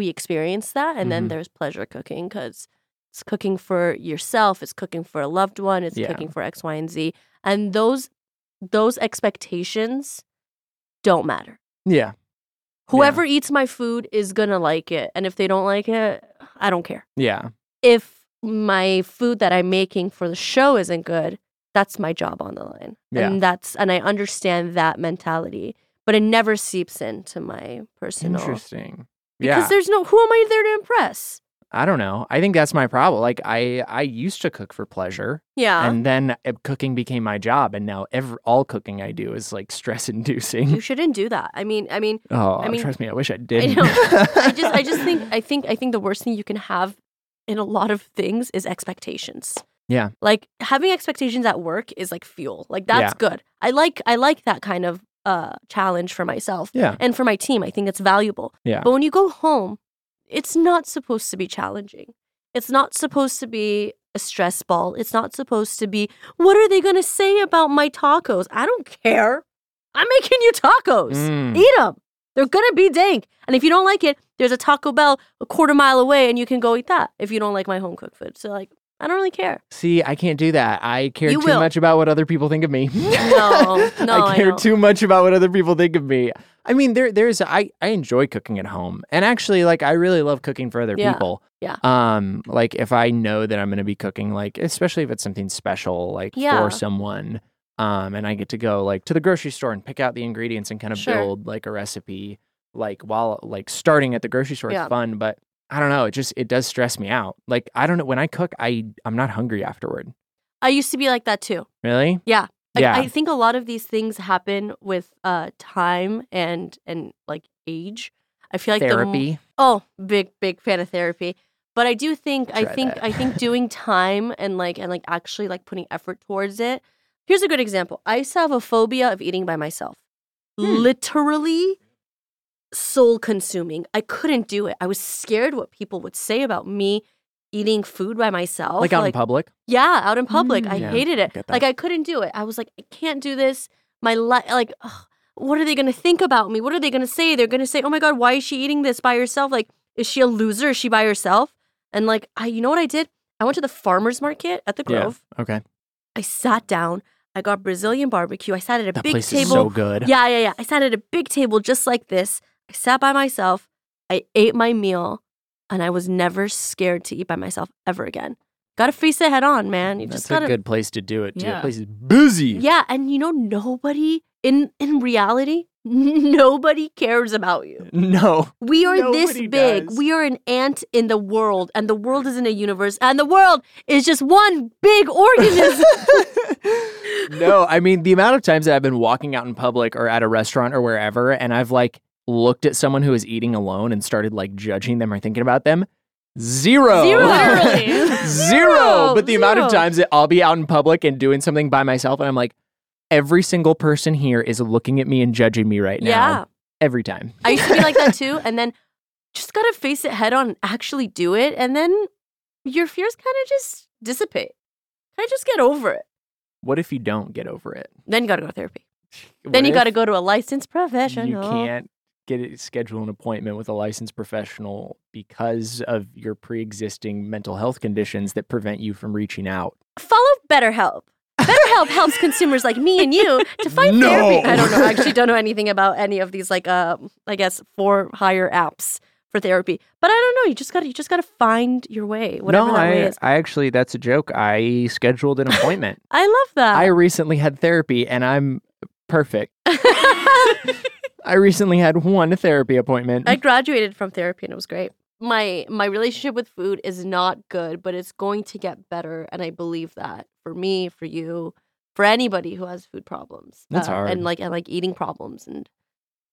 Speaker 6: we experience that and then
Speaker 4: Mhm.
Speaker 6: there's pleasure cooking because it's cooking for yourself it's cooking for a loved one it's
Speaker 4: Yeah.
Speaker 6: cooking for x y and z and those those expectations don't matter
Speaker 4: Yeah.
Speaker 6: whoever eats my food is gonna like it and if they don't like it i don't care
Speaker 4: Yeah.
Speaker 6: if my food that i'm making for the show isn't good that's my job on the line
Speaker 4: Yeah.
Speaker 6: and that's and i understand that mentality but it never seeps into my personal
Speaker 4: Interesting.
Speaker 6: because
Speaker 4: yeah.
Speaker 6: there's no who am i there to impress
Speaker 4: I don't know. I think that's my problem. Like I I used to cook for pleasure
Speaker 6: Yeah.
Speaker 4: and then uh, cooking became my job and now every all cooking I do is like (laughs) stress
Speaker 6: you
Speaker 4: inducing.
Speaker 6: shouldn't do that. I mean, I
Speaker 4: (laughs)
Speaker 6: mean,
Speaker 4: Oh,
Speaker 6: I mean,
Speaker 4: trust me, I wish I did.
Speaker 6: know. I just
Speaker 4: (laughs)
Speaker 6: I just think I think I think the worst thing you can have in a lot of things is expectations.
Speaker 4: Yeah.
Speaker 6: Like having expectations at work is like fuel. Like that's
Speaker 4: Yeah.
Speaker 6: good. I like I like that kind of uh challenge for myself
Speaker 4: Yeah.
Speaker 6: and for my team. I think it's valuable.
Speaker 4: Yeah.
Speaker 6: But when you go home, it's not supposed to be challenging. It's not supposed to be a stress ball. It's not supposed to be what are they going to say about my tacos? I don't care. I'm making you tacos.
Speaker 4: Mm.
Speaker 6: Eat them. They're going to be dank. And if you don't like it, there's a Taco Bell a quarter mile away and you can go eat that if you don't like my home cooked food. So, like, I don't really care.
Speaker 4: See, I can't do that. I care
Speaker 6: You
Speaker 4: too
Speaker 6: will.
Speaker 4: much about what other people think of me.
Speaker 6: No,
Speaker 4: (laughs)
Speaker 6: no,
Speaker 4: I
Speaker 6: I
Speaker 4: care
Speaker 6: know.
Speaker 4: too much about what other people think of me. I mean, there there's I I enjoy cooking at home. And actually like I really love cooking for other
Speaker 6: Yeah,
Speaker 4: people.
Speaker 6: yeah.
Speaker 4: Um like if I know that I'm going to be cooking like especially if it's something special like
Speaker 6: Yeah.
Speaker 4: for someone um and I get to go like to the grocery store and pick out the ingredients and kind of
Speaker 6: Sure.
Speaker 4: build like a recipe. like while like starting at the grocery store
Speaker 6: Yeah.
Speaker 4: is fun, but I don't know. It just it does stress me out. Like I don't know when I cook, I I'm not hungry afterward.
Speaker 6: I used to be like that too.
Speaker 4: Really?
Speaker 6: Yeah. Like,
Speaker 4: Yeah.
Speaker 6: I think a lot of these things happen with uh time and and like age. I feel like the m-
Speaker 4: Therapy.
Speaker 6: oh, big big fan of therapy. But I do think I
Speaker 4: Try
Speaker 6: think
Speaker 4: that.
Speaker 6: I
Speaker 4: (laughs)
Speaker 6: think doing time and like and like actually like putting effort towards it. Here's a good example. I used to have a phobia of eating by myself.
Speaker 4: Hmm.
Speaker 6: Literally soul consuming. I couldn't do it. I was scared what people would say about me eating food by myself.
Speaker 4: like out in public.
Speaker 6: Yeah, out in public. I
Speaker 4: Mm. Yeah,
Speaker 6: hated
Speaker 4: I get
Speaker 6: it.
Speaker 4: that.
Speaker 6: Like I couldn't do it. I was like, I can't do this. My life, like, ugh, what are they gonna think about me? What are they gonna say? They're gonna say, oh my god, why is she eating this by herself? Like, is she a loser? Is she by herself? And like, I, you know what I did? I went to the farmers market at the
Speaker 4: Yeah.
Speaker 6: Grove.
Speaker 4: Okay.
Speaker 6: I sat down. I got Brazilian barbecue. I sat at a
Speaker 4: That
Speaker 6: big
Speaker 4: place
Speaker 6: table.
Speaker 4: is so good.
Speaker 6: Yeah, yeah, yeah. I sat at a big table just like this. I sat by myself. I ate my meal, and I was never scared to eat by myself ever again. Gotta face it head on, man. You
Speaker 4: That's
Speaker 6: just gotta.
Speaker 4: a good place to do it. Too.
Speaker 3: Yeah.
Speaker 4: That place is busy.
Speaker 6: Yeah, and you know nobody in in reality, (laughs) nobody cares about you.
Speaker 4: (laughs) No.
Speaker 6: We are this
Speaker 4: Nobody
Speaker 6: big.
Speaker 4: does.
Speaker 6: We are an ant in the world, and the world isn't a universe, and the world is just one
Speaker 4: (laughs)
Speaker 6: big organism.
Speaker 4: no, I mean the amount of times that I've been walking out in public or at a restaurant or wherever, and I've like looked at someone who is eating alone and started like judging them or thinking about them. Zero.
Speaker 6: Zero.
Speaker 3: Literally.
Speaker 4: (laughs) Zero. But the amount of
Speaker 6: (laughs) Zero.
Speaker 4: times that I'll be out in public and doing something by myself, and I'm like, every single person here is looking at me and judging me right now.
Speaker 6: yeah,
Speaker 4: Every time.
Speaker 6: I used to be like
Speaker 4: (laughs)
Speaker 6: that too, and then just gotta face it head on and actually do it, and then your fears kind of just dissipate. Kind of just get over it.
Speaker 4: What if you don't get over it?
Speaker 6: Then you gotta go to therapy. then
Speaker 4: What
Speaker 6: you
Speaker 4: if-
Speaker 6: gotta go to a licensed professional.
Speaker 4: You can't get it, schedule an appointment with a licensed professional because of your pre-existing mental health conditions that prevent you from reaching out.
Speaker 6: follow
Speaker 4: (laughs)
Speaker 6: BetterHelp. BetterHelp helps consumers like me and you to find
Speaker 4: No.
Speaker 6: therapy. I don't know. I actually don't know anything about any of these like uh I guess for hire apps for therapy. But I don't know. You just gotta you just gotta find your way, whatever
Speaker 4: no,
Speaker 6: that
Speaker 4: I,
Speaker 6: way is.
Speaker 4: I actually that's a joke. I scheduled an
Speaker 6: (laughs)
Speaker 4: appointment.
Speaker 6: I love
Speaker 4: I
Speaker 6: that.
Speaker 4: recently had therapy and I'm perfect.
Speaker 6: (laughs)
Speaker 4: I (laughs) recently had one therapy appointment.
Speaker 6: I graduated from therapy and it was great. My my relationship with food is not good, but it's going to get better and I believe that for me, for you, for anybody who has food problems.
Speaker 4: That's
Speaker 6: uh,
Speaker 4: hard.
Speaker 6: And like and like eating problems and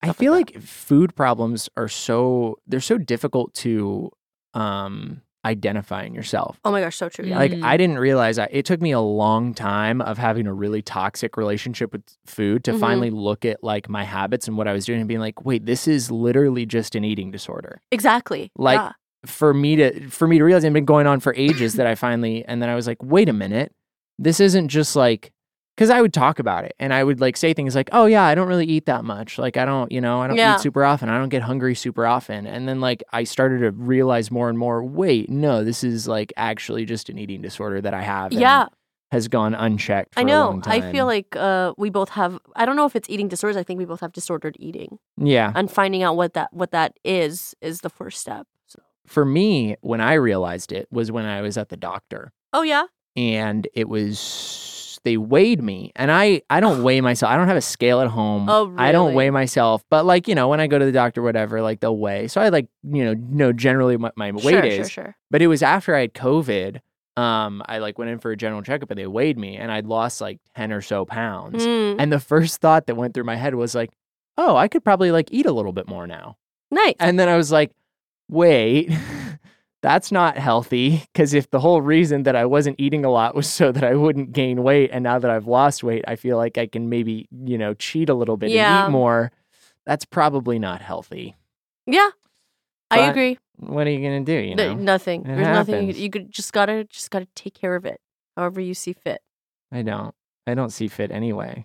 Speaker 4: I feel like food problems are so they're so difficult to um identify in yourself.
Speaker 6: oh my gosh, so true. Yeah.
Speaker 4: Like
Speaker 3: Mm.
Speaker 4: I didn't realize I, it took me a long time of having a really toxic relationship with food to
Speaker 6: Mhm.
Speaker 4: finally look at like my habits and what I was doing and being like, wait, this is literally just an eating disorder.
Speaker 6: Exactly.
Speaker 4: Like,
Speaker 6: yeah.
Speaker 4: For me to for me to realize it had been going on for ages that I finally and then I was like, wait a minute, this isn't just like because I would talk about it and I would like say things like, oh yeah, I don't really eat that much. Like I don't, you know, I don't
Speaker 6: Yeah.
Speaker 4: eat super often. I don't get hungry super often. And then like I started to realize more and more, wait, no, this is like actually just an eating disorder that I have. and
Speaker 6: Yeah,
Speaker 4: has gone unchecked. For
Speaker 6: I
Speaker 4: a
Speaker 6: know.
Speaker 4: long
Speaker 6: I
Speaker 4: time.
Speaker 6: feel like uh, we both have. I don't know if it's eating disorders. I think we both have disordered eating,
Speaker 4: yeah.
Speaker 6: and finding out what that what that is is the first step. So-
Speaker 4: For me, when I realized it was when I was at the doctor,
Speaker 6: oh yeah,
Speaker 4: and it was they weighed me, and I I don't weigh myself. I don't have a scale at home.
Speaker 6: Oh,
Speaker 4: I don't
Speaker 6: really?
Speaker 4: weigh myself, but like you know, when I go to the doctor, whatever, like they'll weigh. So I like you know know generally what my weight
Speaker 6: sure,
Speaker 4: is.
Speaker 6: sure, sure.
Speaker 4: But it was after I had COVID. Um, I like went in for a general checkup, and they weighed me, and I'd lost like ten or so pounds.
Speaker 6: Mm,
Speaker 4: And the first thought that went through my head was like, "Oh, I could probably like eat a little bit more now."
Speaker 6: nice.
Speaker 4: And then I was like, wait, (laughs) that's not healthy. Because if the whole reason that I wasn't eating a lot was (laughs) so that I wouldn't gain weight, and now that I've lost weight, I feel like I can maybe, you know, cheat a little bit
Speaker 6: Yeah.
Speaker 4: and eat more, that's probably not healthy.
Speaker 6: yeah, I
Speaker 4: But,
Speaker 6: agree.
Speaker 4: What are you going to do? You know,
Speaker 6: Th- nothing.
Speaker 4: it
Speaker 6: There's nothing. You,
Speaker 4: happens.
Speaker 6: could- you could just gotta just gotta take care of it, however you see fit.
Speaker 4: I don't. I don't see fit anyway.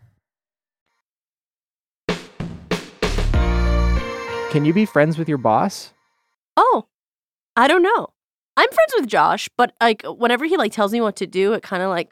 Speaker 4: Can you be friends with your boss?
Speaker 6: Oh, I don't know. I'm friends with Josh, but like whenever he like tells me what to do, it kind of like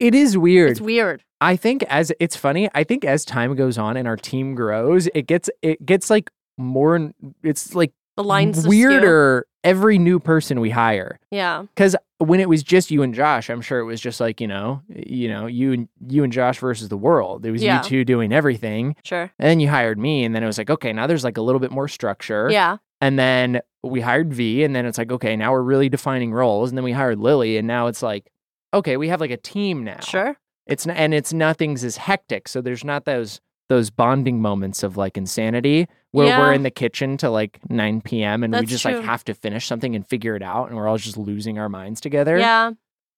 Speaker 4: It is weird.
Speaker 6: it's weird.
Speaker 4: I think as it's funny, I think as time goes on and our team grows, it gets it gets like more n- it's like
Speaker 6: The lines askew.
Speaker 4: weirder every new person we hire.
Speaker 6: Yeah,
Speaker 4: Cuz when it was just you and Josh, I'm sure it was just like, you know, you know, you and you and Josh versus the world. It was
Speaker 6: Yeah.
Speaker 4: you two doing everything.
Speaker 6: sure.
Speaker 4: And then you hired me and then it was like, okay, now there's like a little bit more structure.
Speaker 6: Yeah,
Speaker 4: And then we hired V, and then it's like, okay, now we're really defining roles. And then we hired Lily, and now it's like, okay, we have like a team now.
Speaker 6: sure.
Speaker 4: It's n- and it's nothing's as hectic, so there's not those those bonding moments of like insanity where we're
Speaker 6: Yeah.
Speaker 4: in the kitchen till like 9 p.m. and we
Speaker 6: That's
Speaker 4: just like
Speaker 6: true.
Speaker 4: have to finish something and figure it out, and we're all just losing our minds together.
Speaker 6: Yeah,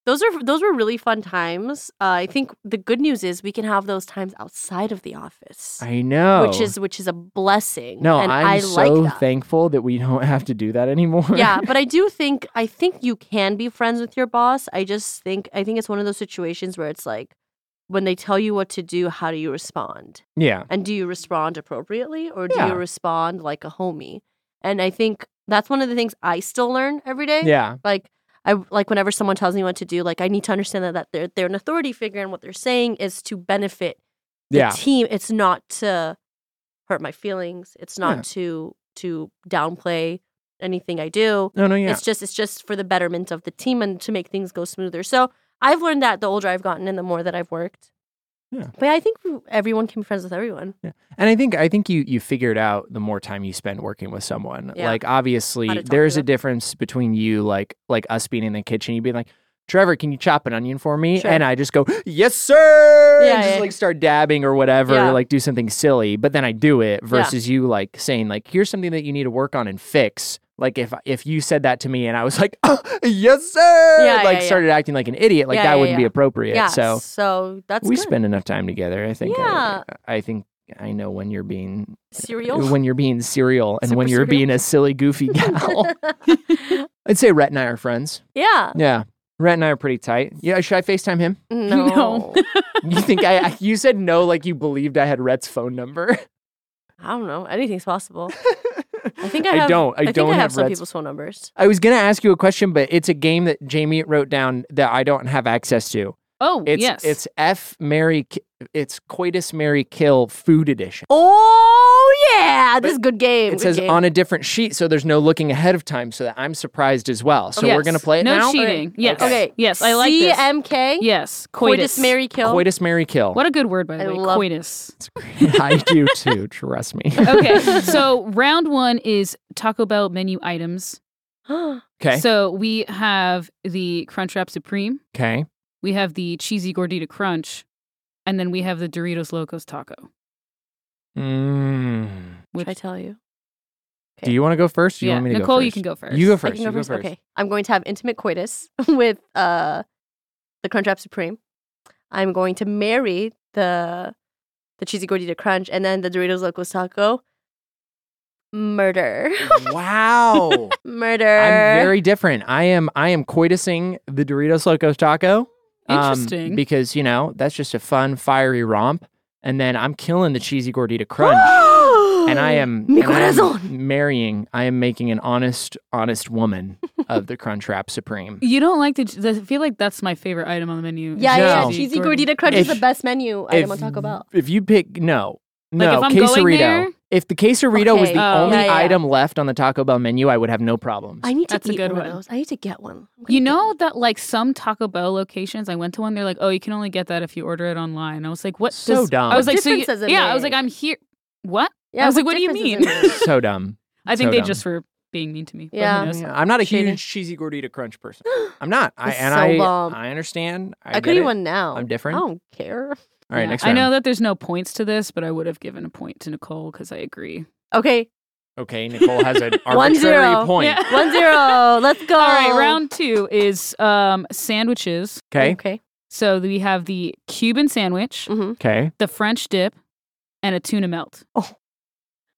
Speaker 6: those are those were really fun times. Uh, I think the good news is we can have those times outside of the office,
Speaker 4: I know.
Speaker 6: which is which is a blessing.
Speaker 4: no,
Speaker 6: and
Speaker 4: I'm
Speaker 6: I
Speaker 4: so
Speaker 6: like that.
Speaker 4: thankful that we don't (laughs) have to do that anymore.
Speaker 6: yeah, but I do think I think you can be friends with your boss. I just think I think it's one of those situations where it's like when they tell you what to do, how do you respond?
Speaker 4: (laughs) yeah,
Speaker 6: And do you respond appropriately or do
Speaker 4: Yeah.
Speaker 6: you respond like a homie? And I think that's one of the things I still learn every day.
Speaker 4: yeah,
Speaker 6: Like I like whenever someone tells me what to do, like I need to understand that, that they're they're an authority figure and what they're saying is to benefit the
Speaker 4: yeah.
Speaker 6: team. It's not to hurt my feelings. It's not
Speaker 4: Yeah.
Speaker 6: to to downplay anything I do.
Speaker 4: No, no, yeah.
Speaker 6: It's just it's just for the betterment of the team and to make things go smoother. So I've learned that the older I've gotten and the more that I've worked.
Speaker 4: Yeah.
Speaker 6: But I think everyone can be friends with everyone.
Speaker 4: And I think I think you you figure it out the more time you spend working with someone.
Speaker 6: Yeah.
Speaker 4: Like
Speaker 6: How to
Speaker 4: obviously
Speaker 6: talk to
Speaker 4: there's a
Speaker 6: them.
Speaker 4: difference between you like like us being in the kitchen, you being like, Trevor, can you chop an onion for me?
Speaker 6: Sure.
Speaker 4: And I just go, Yes, sir.
Speaker 6: Yeah,
Speaker 4: and just
Speaker 6: yeah.
Speaker 4: like start dabbing or whatever,
Speaker 6: Yeah.
Speaker 4: like do something silly, but then I do it versus you like saying, like, here's something that you need to work on and fix. Like if if you said that to me and I was like, (laughs) Yes, sir. like
Speaker 6: Yeah, yeah, yeah.
Speaker 4: started acting like an idiot, like
Speaker 6: Yeah,
Speaker 4: that
Speaker 6: yeah,
Speaker 4: wouldn't be
Speaker 6: yeah.
Speaker 4: appropriate.
Speaker 6: Yeah.
Speaker 4: So
Speaker 6: so that's
Speaker 4: we
Speaker 6: good.
Speaker 4: spend enough time together. I think I-
Speaker 6: Yeah.
Speaker 4: I think I know when you're being
Speaker 6: cereal.
Speaker 4: (laughs) when you're being serial and when
Speaker 6: Super
Speaker 4: you're
Speaker 6: serial.
Speaker 4: being a silly, goofy
Speaker 6: (laughs)
Speaker 4: gal. I'd say Rhett and I are friends. (laughs)
Speaker 6: yeah.
Speaker 4: Yeah. Rhett and I are pretty tight. Yeah, should I FaceTime him?
Speaker 6: No.
Speaker 4: You think I, I you said no like you believed I had Rhett's phone number. (laughs)
Speaker 6: I don't know. Anything's possible. I think I, have,
Speaker 4: don't. I,
Speaker 6: think
Speaker 4: don't
Speaker 6: I have,
Speaker 4: have,
Speaker 6: some
Speaker 4: Rhett's.
Speaker 6: people's phone numbers.
Speaker 4: I was gonna ask you a question, but it's a game that Jamie wrote down that I don't have access to.
Speaker 3: Oh,
Speaker 4: It's
Speaker 3: yes.
Speaker 4: it's F Mary Ki- it's Coitus Mary Kill Food Edition.
Speaker 6: Oh yeah, this is good game.
Speaker 4: It
Speaker 6: good
Speaker 4: says
Speaker 6: game.
Speaker 4: on a different sheet, so there's no looking ahead of time, so that I'm surprised as well. So we're
Speaker 3: Oh, Yes.
Speaker 4: gonna play it
Speaker 3: no
Speaker 4: now.
Speaker 3: cheating. Yes.
Speaker 4: Okay.
Speaker 6: Okay.
Speaker 3: Yes, I like this.
Speaker 6: CMK.
Speaker 3: Yes. Coitus.
Speaker 6: Coitus Mary Kill. (gasps)
Speaker 4: Coitus Mary Kill.
Speaker 3: What a good word, by the
Speaker 6: I
Speaker 3: way.
Speaker 6: love- (laughs)
Speaker 3: Coitus.
Speaker 4: (laughs) I do too. Trust me.
Speaker 3: (laughs) okay. So round one is Taco Bell menu items.
Speaker 4: Okay.
Speaker 3: So we have the Crunchwrap Supreme,
Speaker 4: okay.
Speaker 3: we have the cheesy gordita crunch, and then we have the Doritos Locos Taco.
Speaker 4: Mm.
Speaker 3: Which
Speaker 6: Should I tell you?
Speaker 4: Do you want to go first? Or
Speaker 3: yeah.
Speaker 4: You want me to
Speaker 3: Nicole,
Speaker 4: go first?
Speaker 3: you can go first.
Speaker 4: You go
Speaker 6: I
Speaker 4: first.
Speaker 6: can go
Speaker 4: you
Speaker 6: first.
Speaker 3: (laughs)
Speaker 6: Okay. I'm going to have intimate coitus (laughs) with uh the Crunchwrap Supreme. I'm going to marry the the cheesy gordita crunch and then the Doritos Locos Taco. Murder. (laughs)
Speaker 4: wow.
Speaker 6: Murder.
Speaker 4: I'm
Speaker 6: (gasps)
Speaker 4: very different. I am I am coitusing the Doritos Locos Taco. um,
Speaker 3: Interesting.
Speaker 4: because you know, that's just a fun, fiery romp. And then I'm killing the cheesy gordita crunch. and I am,
Speaker 6: Mi
Speaker 4: and I am
Speaker 6: corazón.
Speaker 4: marrying. I am making an honest, honest woman
Speaker 6: (laughs)
Speaker 4: of the Crunchwrap Supreme.
Speaker 3: You don't like the, the. I feel like that's my favorite item on the menu. is
Speaker 6: Yeah, yeah,
Speaker 4: No.
Speaker 6: yeah. Cheesy gordita crunch is
Speaker 4: If-
Speaker 6: the best menu item on Taco Bell.
Speaker 4: If you pick no,
Speaker 3: Like,
Speaker 4: no
Speaker 3: if I'm going
Speaker 4: quesarito.
Speaker 3: there-
Speaker 4: if the quesarito was
Speaker 6: Okay.
Speaker 4: the
Speaker 3: Oh.
Speaker 4: only
Speaker 6: Yeah, yeah.
Speaker 4: item left on the Taco Bell menu, I would have no problems.
Speaker 6: I need to
Speaker 3: That's a
Speaker 6: eat
Speaker 3: good
Speaker 6: one,
Speaker 3: one.
Speaker 6: of those. I need to get one. I'm gonna
Speaker 3: You
Speaker 6: get
Speaker 3: know
Speaker 6: one.
Speaker 3: that like some Taco Bell locations, I went to one. They're like, "Oh, you can only get that if you order it online." I was like, "What?"
Speaker 4: So
Speaker 3: does-
Speaker 4: dumb.
Speaker 3: I was
Speaker 6: What
Speaker 3: like, so you-
Speaker 6: difference does it
Speaker 3: yeah." I was
Speaker 6: make?
Speaker 3: like, "I'm here." What?
Speaker 6: Yeah,
Speaker 3: I was like, "What do you
Speaker 6: difference does it
Speaker 3: mean?"
Speaker 6: make?
Speaker 4: so dumb.
Speaker 3: (laughs) I think
Speaker 4: So
Speaker 3: they
Speaker 4: dumb.
Speaker 3: just were being mean to me. but who
Speaker 6: Yeah.
Speaker 3: knows?
Speaker 4: Yeah, I'm not a
Speaker 6: Shady.
Speaker 4: huge cheesy gordita crunch
Speaker 6: (gasps)
Speaker 4: person. I'm not. I
Speaker 6: It's
Speaker 4: and
Speaker 6: so
Speaker 4: I
Speaker 6: bomb.
Speaker 4: I understand. I,
Speaker 6: I,
Speaker 4: get
Speaker 6: could eat
Speaker 4: it.
Speaker 6: one now.
Speaker 4: I'm different.
Speaker 6: I don't care.
Speaker 4: All right,
Speaker 3: Yeah.
Speaker 4: next
Speaker 3: I
Speaker 4: round.
Speaker 3: know that there's no points to this, but I would have given a point to Nicole because I agree.
Speaker 6: Okay,
Speaker 4: Okay, Nicole has an arbitrary
Speaker 6: One zero.
Speaker 4: point.
Speaker 3: Yeah.
Speaker 6: one zero. Let's
Speaker 3: (laughs)
Speaker 6: go.
Speaker 3: All right, round two is um, sandwiches.
Speaker 4: Okay.
Speaker 6: (laughs) Okay.
Speaker 3: So we have the Cuban sandwich,
Speaker 6: Mm-hmm.
Speaker 4: Okay.
Speaker 3: the French dip, and a tuna melt.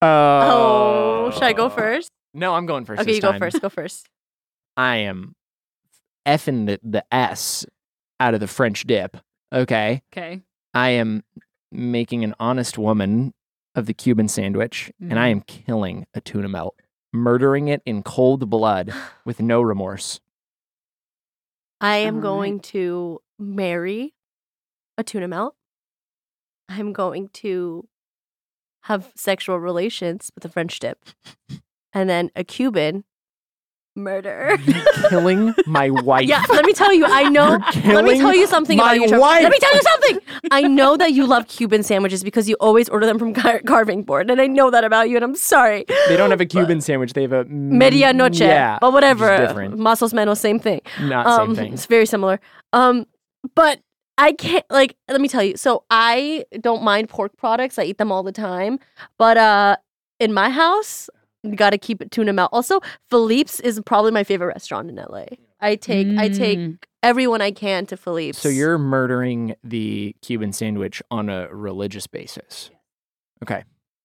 Speaker 6: Oh, should I go first?
Speaker 4: Uh, No, I'm going first.
Speaker 6: Okay,
Speaker 4: this
Speaker 6: you go
Speaker 4: time.
Speaker 6: first. Go first.
Speaker 4: I am effing the, the S out of the French dip. Okay.
Speaker 3: Okay.
Speaker 4: I am making an honest woman of the Cuban sandwich, and I
Speaker 6: Mm-hmm.
Speaker 4: am killing a tuna melt, murdering it in cold
Speaker 6: (sighs)
Speaker 4: blood with no
Speaker 6: (laughs)
Speaker 4: remorse.
Speaker 6: (laughs) I am
Speaker 3: All right.
Speaker 6: going to marry a tuna melt. I'm going to have sexual relations with a French dip.
Speaker 4: (laughs)
Speaker 6: And then a Cuban murder.
Speaker 4: killing my wife.
Speaker 6: (laughs) yeah, let me tell you, I know.
Speaker 4: You're
Speaker 6: Let me
Speaker 4: killing
Speaker 6: tell you something
Speaker 4: my
Speaker 6: about you, Trevor.
Speaker 4: wife.
Speaker 6: Let me tell
Speaker 4: (laughs)
Speaker 6: you something. I know that you love Cuban sandwiches because you always order them from (laughs) car- carving board, and I know that about you, and I'm sorry.
Speaker 4: They don't have a
Speaker 6: (laughs)
Speaker 4: Cuban sandwich. They have a
Speaker 6: Medianoche,
Speaker 4: Mm, Yeah,
Speaker 6: but whatever.
Speaker 4: Which is different.
Speaker 6: Muscles, menos, same thing.
Speaker 4: Not
Speaker 6: um,
Speaker 4: same thing.
Speaker 6: It's very similar. Um, but I can't like let me tell you. So I don't mind pork products. I eat them all the time. But uh in my house, you gotta keep it tuna melt. Also, Philippe's is probably my favorite restaurant in LA. I take I take
Speaker 3: Mm.
Speaker 6: everyone I can to Philippe's.
Speaker 4: So you're murdering the Cuban sandwich on a religious basis. Okay.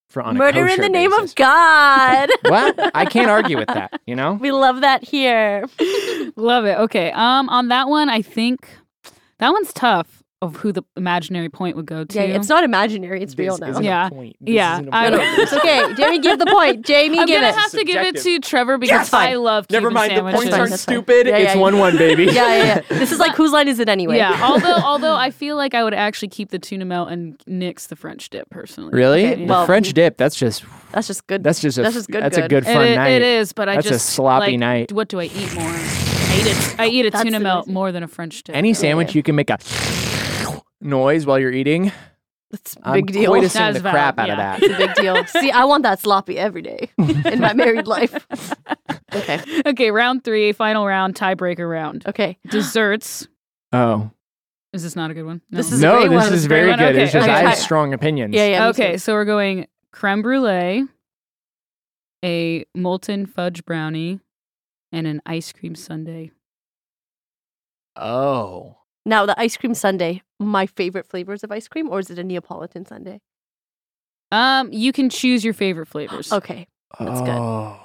Speaker 4: For on
Speaker 6: murder
Speaker 4: a
Speaker 6: in
Speaker 4: kosher
Speaker 6: the name
Speaker 4: basis. (laughs)
Speaker 6: of God.
Speaker 4: Well, I can't argue with that, you know?
Speaker 6: (laughs) we love that here.
Speaker 3: Love it. Okay. Um, on that one, I think that one's tough of who the imaginary point would go to.
Speaker 6: Yeah, it's not imaginary, it's real
Speaker 4: This
Speaker 6: now.
Speaker 4: isn't a
Speaker 3: Yeah.
Speaker 4: point. This
Speaker 3: Yeah,
Speaker 4: isn't a
Speaker 3: I
Speaker 6: No,
Speaker 4: point. (laughs)
Speaker 6: no, it's okay. Jamie, give the point. Jamie,
Speaker 3: I'm
Speaker 6: give
Speaker 3: gonna
Speaker 6: it.
Speaker 3: have to give it to
Speaker 4: Subjective.
Speaker 3: Trevor because
Speaker 4: fine.
Speaker 3: I love Cuban
Speaker 4: Never mind.
Speaker 3: sandwiches.
Speaker 4: The
Speaker 6: fine,
Speaker 4: points aren't
Speaker 6: that's fine.
Speaker 4: stupid.
Speaker 6: Yeah,
Speaker 4: it's
Speaker 6: yeah,
Speaker 4: 1 1, baby.
Speaker 6: (laughs) yeah, yeah, yeah.
Speaker 4: (laughs)
Speaker 6: This is like whose line is it anyway?
Speaker 3: Yeah,
Speaker 6: (laughs)
Speaker 3: although although I feel like I would actually keep the tuna melt and nix the French dip personally.
Speaker 4: Really?
Speaker 6: Okay,
Speaker 4: the
Speaker 6: well-
Speaker 4: French dip, that's just
Speaker 6: That's just good.
Speaker 4: that's just a
Speaker 6: That's just good,
Speaker 4: that's a good
Speaker 6: good.
Speaker 3: It,
Speaker 4: fun
Speaker 3: i-
Speaker 4: night.
Speaker 3: it is, but I
Speaker 4: That's a
Speaker 3: just
Speaker 4: sloppy
Speaker 3: like,
Speaker 4: night.
Speaker 3: What do I eat more? I eat a, I eat a
Speaker 6: That's
Speaker 3: tuna melt
Speaker 6: amazing.
Speaker 3: more than a French dip.
Speaker 4: Any sandwich you can make a (laughs) noise while you're eating,
Speaker 6: That's a
Speaker 4: I'm
Speaker 6: big deal.
Speaker 4: quite
Speaker 3: That
Speaker 4: the
Speaker 3: is valid,
Speaker 4: crap out
Speaker 3: yeah.
Speaker 4: of
Speaker 6: It's
Speaker 4: that.
Speaker 6: a big deal. (laughs) See, I want that sloppy
Speaker 4: (laughs)
Speaker 6: every day in my married life. Okay.
Speaker 3: okay, round three, final round, tiebreaker round.
Speaker 6: Okay.
Speaker 3: Desserts.
Speaker 4: Oh.
Speaker 3: Is this not a good one?
Speaker 6: This is a
Speaker 4: no,
Speaker 6: great
Speaker 4: this is
Speaker 6: one. It's a great
Speaker 4: very
Speaker 3: one.
Speaker 4: good.
Speaker 3: Okay,
Speaker 4: it's just
Speaker 6: okay.
Speaker 4: I
Speaker 6: Try
Speaker 4: have
Speaker 6: it.
Speaker 4: strong opinions.
Speaker 6: Yeah, yeah. me
Speaker 3: okay,
Speaker 6: too.
Speaker 3: so we're going creme brulee, a molten fudge brownie, and an ice cream sundae.
Speaker 4: Oh.
Speaker 6: Now the ice cream sundae, my favorite flavors of ice cream, or is it a Neapolitan sundae?
Speaker 3: Um, you can choose your favorite flavors.
Speaker 6: Okay. That's good.
Speaker 4: oh.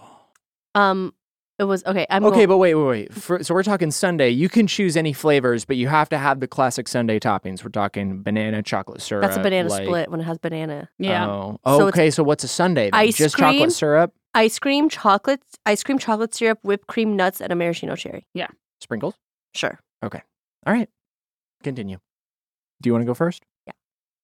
Speaker 6: Um, it was okay. I'm
Speaker 4: okay,
Speaker 6: going-
Speaker 4: but wait, wait, wait. For, so we're talking Sunday. You can choose any flavors, but you have to have the classic Sunday toppings. We're talking banana, chocolate syrup.
Speaker 6: that's a banana
Speaker 4: like-
Speaker 6: split when it has banana.
Speaker 3: Yeah.
Speaker 4: Oh,
Speaker 6: So it's
Speaker 4: okay. So what's a Sunday? Then?
Speaker 6: ice
Speaker 4: Just
Speaker 6: cream?
Speaker 4: chocolate syrup
Speaker 6: Ice cream, chocolate, ice cream, chocolate syrup, whipped cream, nuts, and a maraschino cherry.
Speaker 4: sprinkles.
Speaker 6: Sure.
Speaker 4: All right, continue. Do you want to go first?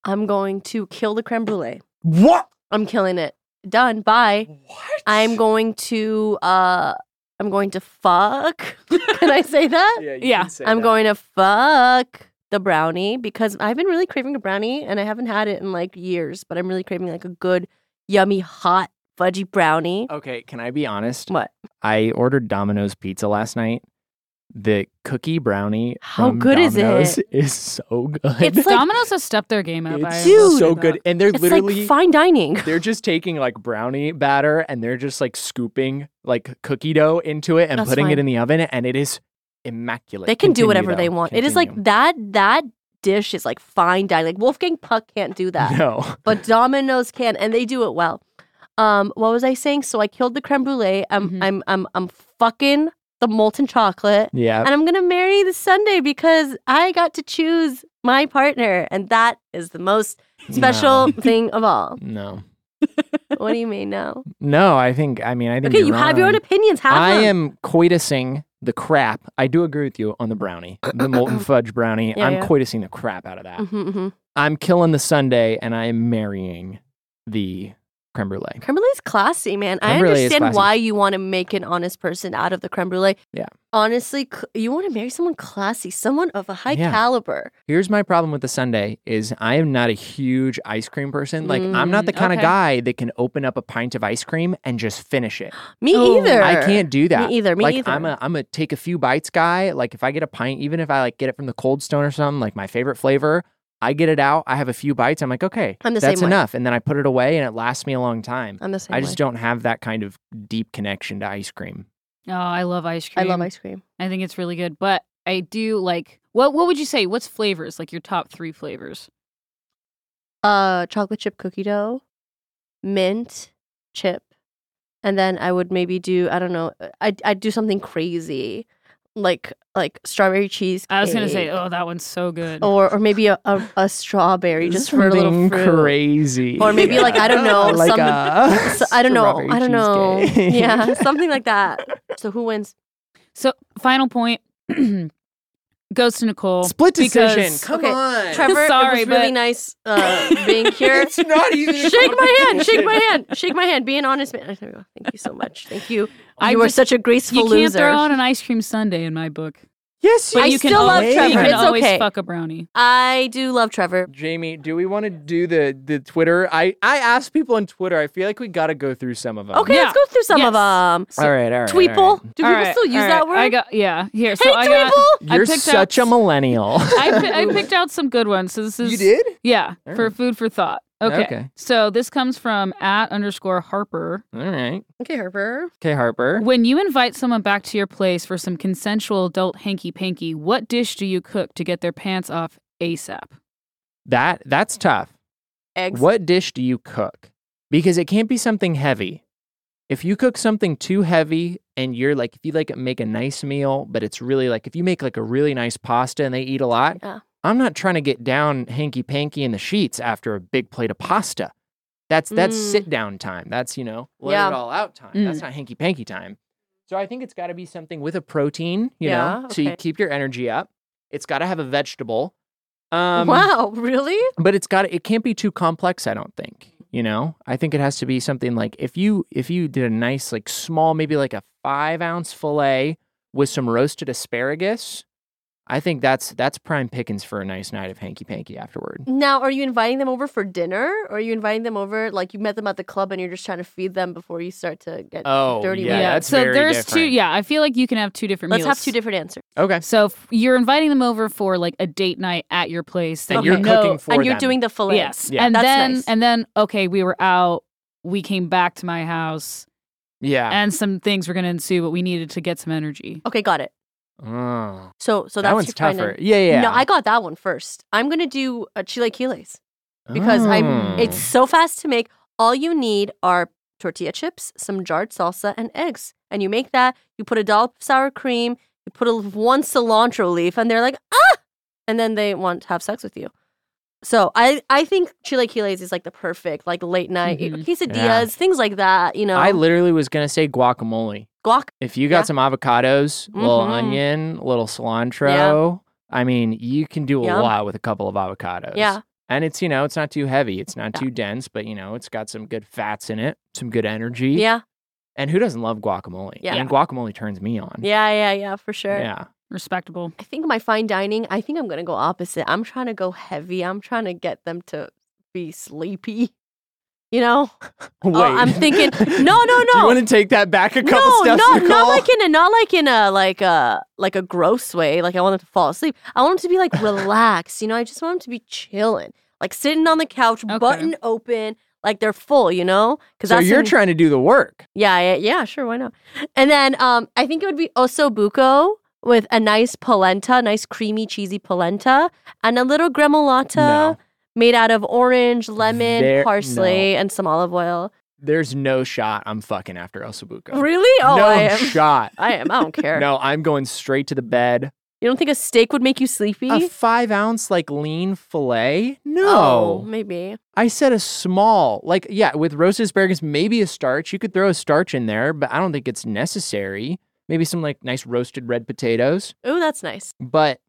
Speaker 6: I'm going to kill the creme brulee.
Speaker 4: What?
Speaker 6: I'm killing it. Done. Bye.
Speaker 4: What?
Speaker 6: I'm going to uh I'm going to fuck. (laughs) Can I
Speaker 4: (laughs)
Speaker 6: say that?
Speaker 4: Yeah.
Speaker 3: Yeah, can
Speaker 6: I'm going to fuck the brownie because I've been really craving a brownie and I haven't had it in like years, but I'm really craving like a good yummy hot fudgy brownie.
Speaker 4: Okay, can I be honest?
Speaker 6: What?
Speaker 4: I ordered Domino's pizza last night. The cookie brownie.
Speaker 6: How
Speaker 4: from
Speaker 6: good is
Speaker 4: Domino's
Speaker 6: it?
Speaker 4: Is so good. (laughs)
Speaker 6: It's like
Speaker 3: Domino's has stepped their game up. I
Speaker 4: It's
Speaker 3: will
Speaker 4: so
Speaker 3: say
Speaker 4: good,
Speaker 3: that.
Speaker 4: and they're
Speaker 6: it's
Speaker 4: literally
Speaker 6: like fine dining.
Speaker 4: They're just taking like brownie batter and they're just like scooping like cookie dough into it and
Speaker 6: That's
Speaker 4: putting it
Speaker 6: fine.
Speaker 4: in the oven and it is immaculate.
Speaker 6: They can
Speaker 4: Continue,
Speaker 6: do whatever they
Speaker 4: though.
Speaker 6: want. It is like
Speaker 4: Continue.
Speaker 6: that that dish is like fine dining. Like Wolfgang Puck can't do that.
Speaker 4: No.
Speaker 6: but Domino's can, and they do it well. Um, what was I saying? So I killed the creme brulee. I'm
Speaker 4: Mm-hmm.
Speaker 3: Mhm.
Speaker 6: I'm I'm I'm fucking the molten chocolate,
Speaker 4: Yeah.
Speaker 6: and I'm gonna marry the Sunday because I got to choose my partner, and that is the most
Speaker 4: (laughs)
Speaker 6: special thing of all.
Speaker 4: No.
Speaker 6: What do you mean now?
Speaker 4: No, I think I mean I think (laughs)
Speaker 6: Okay,
Speaker 4: you're
Speaker 6: you have your own
Speaker 4: wrong.
Speaker 6: opinions. Have
Speaker 4: I
Speaker 6: them.
Speaker 4: am coitusing the crap. I do agree with you on the brownie,
Speaker 6: (coughs)
Speaker 4: the molten fudge brownie.
Speaker 6: Yeah,
Speaker 4: I'm
Speaker 6: yeah.
Speaker 4: coitusing the crap out of that.
Speaker 6: Mhm, mhm.
Speaker 4: I'm killing the Sunday and I am marrying the creme brulee.
Speaker 6: Creme brulee's classy, man. I
Speaker 4: Creme brulee is
Speaker 6: understand
Speaker 4: classy.
Speaker 6: why you want to make an honest person out of the creme brulee.
Speaker 4: Yeah.
Speaker 6: Honestly, cl- you want to marry someone classy, someone of a high
Speaker 4: Yeah.
Speaker 6: caliber.
Speaker 4: Here's my problem with the Sunday is I am not a huge ice cream person. Like I'm not the
Speaker 3: Mm,
Speaker 4: kind
Speaker 3: okay.
Speaker 4: of guy that can open up a pint of ice cream and just finish it.
Speaker 6: Me
Speaker 3: Oh.
Speaker 6: either.
Speaker 4: I can't do that.
Speaker 6: Me either. Me
Speaker 4: like
Speaker 6: either.
Speaker 4: I'm a I'm a take a few bites guy. Like if I get a pint, even if I like get it from the cold stone or something, like my favorite flavor, I get it out, I have a few bites, I'm like, okay,
Speaker 6: I'm the
Speaker 4: that's
Speaker 6: same way.
Speaker 4: enough. And then I put it away and it lasts me a long time.
Speaker 6: I'm the same.
Speaker 4: I just don't have that kind of deep connection to ice cream.
Speaker 3: Oh, I love ice
Speaker 6: I
Speaker 3: cream.
Speaker 6: love ice cream.
Speaker 3: I think it's really good, but I do like. What What would you say? What's flavors? Like your top three flavors?
Speaker 6: Uh, chocolate chip cookie dough, mint uh, chip, and then I would maybe do I don't know. I I do something crazy, like like strawberry cheese.
Speaker 3: I was gonna say, oh, that one's so good.
Speaker 6: or or maybe a, a, a strawberry just for a little
Speaker 4: Something
Speaker 6: fruit.
Speaker 4: crazy.
Speaker 6: Or maybe, like, I don't know,
Speaker 4: (laughs) like
Speaker 6: some-
Speaker 4: a
Speaker 6: So, I don't know.
Speaker 4: strawberry
Speaker 6: I don't know.
Speaker 3: (laughs)
Speaker 4: cheesecake.
Speaker 6: Yeah, something like that. So who wins?
Speaker 3: So final point (clears throat) goes to Nicole.
Speaker 4: Split decision.
Speaker 3: because-
Speaker 4: Come
Speaker 6: Okay,
Speaker 4: on.
Speaker 6: Trevor,
Speaker 3: Sorry,
Speaker 6: it was really
Speaker 3: but-
Speaker 6: nice
Speaker 3: (laughs)
Speaker 6: uh, being
Speaker 4: (laughs)
Speaker 6: here.
Speaker 4: it's not even a
Speaker 6: (laughs) shake
Speaker 4: (laughs)
Speaker 6: my hand, shake my
Speaker 4: competition.
Speaker 6: hand, shake my hand. Be an honest man. There we go. Thank you so much. Thank you.
Speaker 3: I
Speaker 6: you were
Speaker 3: just-
Speaker 6: such a
Speaker 3: You
Speaker 6: graceful
Speaker 3: can't
Speaker 6: loser.
Speaker 3: throw on an ice cream sundae in my book.
Speaker 4: Yes,
Speaker 3: But
Speaker 6: I
Speaker 4: you
Speaker 3: you can
Speaker 6: still love
Speaker 3: always,
Speaker 6: Trevor.
Speaker 3: You can
Speaker 6: It's
Speaker 3: always
Speaker 6: okay.
Speaker 3: fuck a brownie.
Speaker 6: I do love Trevor.
Speaker 4: Jamie, do we want to do the the Twitter? I I asked people on Twitter. I feel like we got to go through some of them.
Speaker 6: Okay,
Speaker 3: Yeah.
Speaker 6: let's go through some
Speaker 3: Yes.
Speaker 6: of them.
Speaker 4: All right. All right.
Speaker 6: Tweeple.
Speaker 4: all right.
Speaker 6: Do people still use that word?
Speaker 3: I got yeah. Here, so
Speaker 6: hey,
Speaker 3: I
Speaker 6: Tweeple.
Speaker 3: got. I
Speaker 4: You're
Speaker 3: picked
Speaker 4: such
Speaker 3: out-
Speaker 4: a millennial. (laughs)
Speaker 3: I, pi- I picked out some good ones. So this is
Speaker 4: you did?
Speaker 3: yeah
Speaker 4: All
Speaker 3: for
Speaker 4: right.
Speaker 3: food for thought. Okay.
Speaker 4: Okay.
Speaker 3: So this comes from at underscore Harper.
Speaker 4: All right.
Speaker 6: okay, Harper.
Speaker 4: Okay, Harper.
Speaker 3: When you invite someone back to your place for some consensual adult hanky panky, what dish do you cook to get their pants off ASAP?
Speaker 4: That that's tough.
Speaker 6: Eggs.
Speaker 4: What dish do you cook? Because it can't be something heavy. If you cook something too heavy and you're like, if you like make a nice meal, but it's really like, if you make like a really nice pasta and they eat a lot,
Speaker 6: Yeah.
Speaker 4: I'm not trying to get down hanky panky in the sheets after a big plate of pasta. That's that's
Speaker 6: Mm.
Speaker 4: sit down time. That's you know let
Speaker 6: Yeah. Mm.
Speaker 4: it all out time. That's not hanky panky time. So I think it's got to be something with a protein, you know,
Speaker 6: Yeah,
Speaker 4: so you
Speaker 6: okay.
Speaker 4: keep your energy up. It's got to have a vegetable. Um,
Speaker 6: wow, really?
Speaker 4: but it's got it can't be too complex i don't think you know i think it has to be something like if you if you did a nice like small maybe like a five ounce fillet with some roasted asparagus i think that's that's prime pickings for a nice night of hanky-panky afterward
Speaker 6: Now, are you inviting them over for dinner, or are you inviting them over like you met them at the club and you're just trying to feed them before you start to get
Speaker 4: Oh,
Speaker 6: dirty?
Speaker 4: yeah,
Speaker 6: with it?
Speaker 4: that's
Speaker 3: so
Speaker 4: very
Speaker 3: there's two.
Speaker 4: different.
Speaker 3: Yeah, I feel like you can have two different.
Speaker 6: Let's
Speaker 3: meals.
Speaker 6: have two different answers.
Speaker 4: okay
Speaker 3: So if you're inviting them over for like a date night at your place that
Speaker 4: That
Speaker 3: you
Speaker 4: you're
Speaker 3: know-
Speaker 4: cooking for
Speaker 6: and you're
Speaker 4: them.
Speaker 6: doing the fillet.
Speaker 3: Yes,
Speaker 4: Yeah.
Speaker 3: and
Speaker 6: That's
Speaker 3: then
Speaker 6: nice.
Speaker 3: and then okay, we were out. We came back to my house,
Speaker 4: yeah
Speaker 3: and some things were going to ensue, but we needed to get some energy.
Speaker 6: Okay, got it.
Speaker 4: Oh,
Speaker 6: So, so that's
Speaker 4: that one's
Speaker 6: your final-
Speaker 4: tougher yeah yeah
Speaker 6: No, I got that one first. I'm gonna do uh, chilaquiles because I'm.
Speaker 4: Oh.
Speaker 6: It's so fast to make. All you need are tortilla chips, some jarred salsa, and eggs. And you make that. You put a dollop of sour cream. You put a, one cilantro leaf, and they're like ah, and then they want to have sex with you. So I, I think chilaquiles is like the perfect like late night
Speaker 3: Mhm.
Speaker 6: quesadillas,
Speaker 4: Mm-hmm. Yeah.
Speaker 6: things like that. You know,
Speaker 4: Hmm. i literally was gonna say guacamole
Speaker 6: guac.
Speaker 4: If you got
Speaker 6: Yeah.
Speaker 4: some avocados, a little
Speaker 6: Mhm.
Speaker 4: onion, a little cilantro, I mean, you can do a
Speaker 6: Yum.
Speaker 4: lot with a couple of avocados.
Speaker 6: Yeah.
Speaker 4: And it's, you know, it's not too heavy, it's not
Speaker 6: Yeah.
Speaker 4: too dense, but, you know, it's got some good fats in it, some good energy.
Speaker 6: Yeah,
Speaker 4: And who doesn't love guacamole?
Speaker 6: Yeah.
Speaker 4: I mean, guacamole turns me on.
Speaker 6: yeah, yeah, yeah, for sure.
Speaker 4: Yeah.
Speaker 3: Respectable.
Speaker 6: I think my fine dining, I think I'm going to go opposite. I'm trying to go heavy. I'm trying to get them to be sleepy. (laughs) You know?
Speaker 4: Wait.
Speaker 6: Oh,
Speaker 4: (laughs)
Speaker 6: I'm thinking- no, no,
Speaker 4: Do you
Speaker 6: no.
Speaker 4: want to take that back a (laughs) couple
Speaker 6: no,
Speaker 4: steps,
Speaker 6: not,
Speaker 4: Nicole?
Speaker 6: not like in a not like in a like a like a gross way. Like I want them to fall asleep. I want them to
Speaker 4: (laughs)
Speaker 6: be like relaxed. You know, I just want them to be chilling. Like sitting on the couch,
Speaker 3: Okay.
Speaker 6: button open, like they're full, you know? Cuz
Speaker 4: so you're
Speaker 6: when-
Speaker 4: trying to do the work.
Speaker 6: Yeah, yeah, yeah, sure, why not? And then um I think it would be osobuco with a nice polenta, nice creamy cheesy polenta, and a little gremolata
Speaker 4: No.
Speaker 6: made out of orange, lemon,
Speaker 4: There-
Speaker 6: parsley, and some olive oil.
Speaker 4: There's no shot I'm fucking after El Sabuco.
Speaker 6: Really? Oh,
Speaker 4: no
Speaker 6: I am.
Speaker 4: shot.
Speaker 6: I am. I don't care.
Speaker 4: No, I'm going straight to the bed.
Speaker 6: You don't think a steak would make you sleepy?
Speaker 4: A five ounce like lean fillet?
Speaker 6: Oh,
Speaker 4: No.
Speaker 6: maybe.
Speaker 4: I said a small, like yeah, with roasted asparagus, maybe a starch. You could throw a starch in there, but I don't think it's necessary. Maybe some like nice roasted red potatoes.
Speaker 6: Oh, that's nice.
Speaker 4: But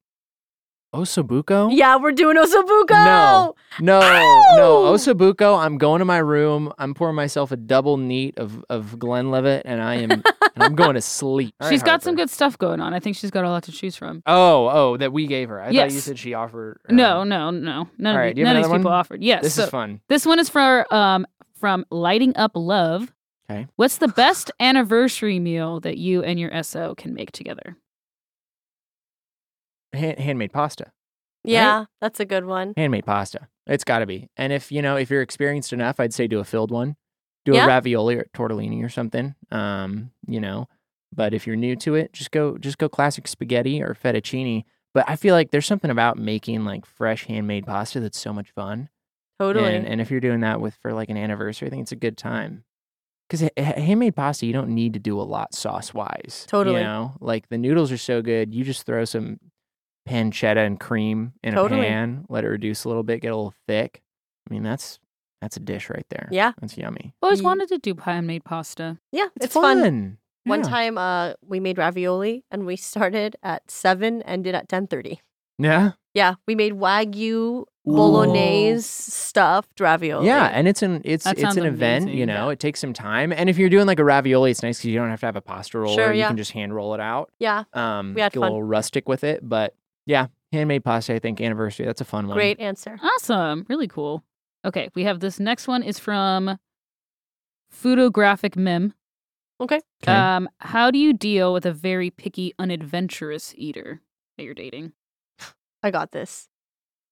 Speaker 4: Osobuco?
Speaker 6: Yeah, we're doing osobuco.
Speaker 4: No. No, no.
Speaker 6: Ow!
Speaker 4: Osobuco, I'm going to my room. I'm pouring myself a double neat of of Glenlivet and I am and I'm going
Speaker 3: (laughs)
Speaker 4: to sleep. All right,
Speaker 3: she's got some
Speaker 4: Harper.
Speaker 3: good stuff going on. I think she's got a lot to choose from.
Speaker 4: Oh, oh, that we gave her. I thought you
Speaker 3: Yes.
Speaker 4: said she offered her
Speaker 3: No,
Speaker 4: own.
Speaker 3: no, no. None
Speaker 4: All
Speaker 3: of,
Speaker 4: right,
Speaker 3: the-
Speaker 4: do you have
Speaker 3: none of these
Speaker 4: another
Speaker 3: people
Speaker 4: one?
Speaker 3: offered. Yes.
Speaker 4: This
Speaker 3: so
Speaker 4: is fun.
Speaker 3: This one is for um from Lighting Up Love.
Speaker 4: 'Kay.
Speaker 3: What's
Speaker 4: (laughs)
Speaker 3: the best anniversary meal that you and your SO can make together?
Speaker 4: Hand- handmade pasta.
Speaker 6: Yeah, that's a good one.
Speaker 4: Handmade pasta. It's got to be. And if you know, if you're experienced enough, I'd say do a filled one, do
Speaker 6: Yeah.
Speaker 4: a ravioli or tortellini or something. Um, you know, but if you're new to it, just go just go classic spaghetti or fettuccine. But I feel like there's something about making like fresh handmade pasta that's so much fun.
Speaker 6: Totally.
Speaker 4: And, and if you're doing that with for like an anniversary, I think it's a good time. because handmade pasta you don't need to do a lot sauce wise.
Speaker 6: Totally.
Speaker 4: You know, like the noodles are so good, you just throw some pancetta and cream in
Speaker 6: Totally.
Speaker 4: a pan, let it reduce a little bit, get a little thick. I mean, that's that's a dish right there.
Speaker 6: Yeah.
Speaker 4: that's yummy.
Speaker 3: I've always
Speaker 6: Ye-
Speaker 3: wanted to do handmade pasta.
Speaker 6: Yeah, it's, fun. One
Speaker 4: Yeah.
Speaker 6: time, uh, we made ravioli and we started at seven, ended at ten thirty.
Speaker 4: Yeah.
Speaker 6: Yeah, we made wagyu bolognese stuffed ravioli.
Speaker 4: Yeah, and it's an it's
Speaker 3: That
Speaker 4: it's
Speaker 3: sounds
Speaker 4: an event, you
Speaker 3: amazing.
Speaker 4: know. It takes some time, and if you're doing like a ravioli, it's nice because you don't have to have a pasta roller.
Speaker 6: Sure,
Speaker 4: you
Speaker 6: yeah.
Speaker 4: can just hand roll it out.
Speaker 6: yeah,
Speaker 4: Um,
Speaker 6: We had
Speaker 4: get
Speaker 6: fun.
Speaker 4: a little rustic with it, but yeah, handmade pasta. I think anniversary. That's a fun one.
Speaker 6: great answer.
Speaker 3: Awesome. Really cool. Okay, we have this next one is from Photographic Mem.
Speaker 4: Okay.
Speaker 3: Um, how do you deal with a very picky, unadventurous eater that you're dating?
Speaker 6: I got this.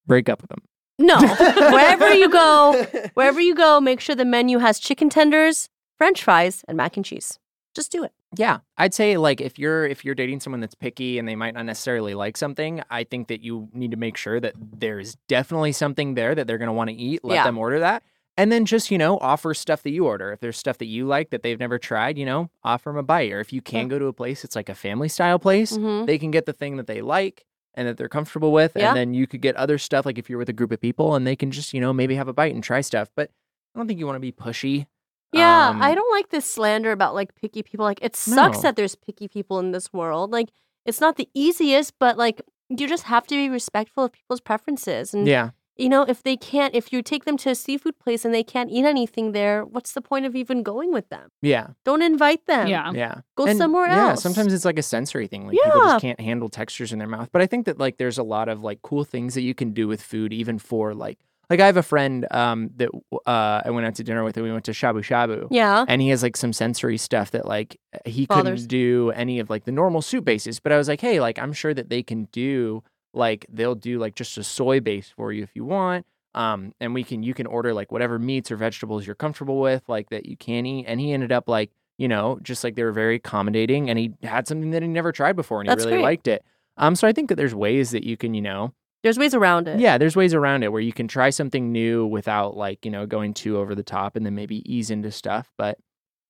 Speaker 4: Break up with them. (laughs)
Speaker 6: No, wherever you go, wherever you go, make sure the menu has chicken tenders, French fries, and mac and cheese. Just do it.
Speaker 4: Yeah, I'd say like if you're if you're dating someone that's picky and they might not necessarily like something, I think that you need to make sure that there's definitely something there that they're going to want to eat. Let
Speaker 6: Yeah.
Speaker 4: them order that. And then just, you know, offer stuff that you order. If there's stuff that you like that they've never tried, you know, offer them a bite. Or if you can go to a place that's like a family style place,
Speaker 6: Mhm.
Speaker 4: they can get the thing that they like and that they're comfortable with.
Speaker 6: Yeah.
Speaker 4: And then you could get other stuff, like if you're with a group of people and they can just, you know, maybe have a bite and try stuff. But I don't think you want to be pushy.
Speaker 6: Yeah,
Speaker 4: Um,
Speaker 6: I don't like this slander about like picky people. Like it sucks
Speaker 4: No.
Speaker 6: that there's picky people in this world. Like it's not the easiest, but like you just have to be respectful of people's preferences. And
Speaker 4: Yeah.
Speaker 6: you know, if they can't if you take them to a seafood place and they can't eat anything there, what's the point of even going with them?
Speaker 4: Yeah.
Speaker 6: Don't invite them.
Speaker 3: Yeah.
Speaker 4: Yeah.
Speaker 6: Go somewhere
Speaker 4: yeah,
Speaker 6: else.
Speaker 4: Sometimes it's like a sensory thing. Like people
Speaker 6: Yeah.
Speaker 4: just can't handle textures in their mouth. But I think that like there's a lot of like cool things that you can do with food, even for like like I have a friend um that uh I went out to dinner with and we went to shabu shabu.
Speaker 6: Yeah.
Speaker 4: And he has like some sensory stuff that like he
Speaker 6: Uh-huh. Bothers.
Speaker 4: couldn't do any of like the normal soup bases. But I was like, hey, like I'm sure that they can do like they'll do like just a soy base for you if you want. Um, and we can you can order like whatever meats or vegetables you're comfortable with, like that you can eat. And he ended up like you know just like they were very accommodating, and he had something that he never tried before, and he
Speaker 6: That's
Speaker 4: really
Speaker 6: great.
Speaker 4: liked it. Um, so I think that there's ways that you can you know
Speaker 6: There's ways around it.
Speaker 4: yeah, there's ways around it where you can try something new without like, you know, going too over the top and then maybe ease into stuff. But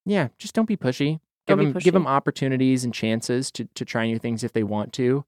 Speaker 4: yeah, just don't be pushy. Give
Speaker 6: Don't be
Speaker 4: them give
Speaker 6: pushy.
Speaker 4: them opportunities and chances to to try new things if they want to.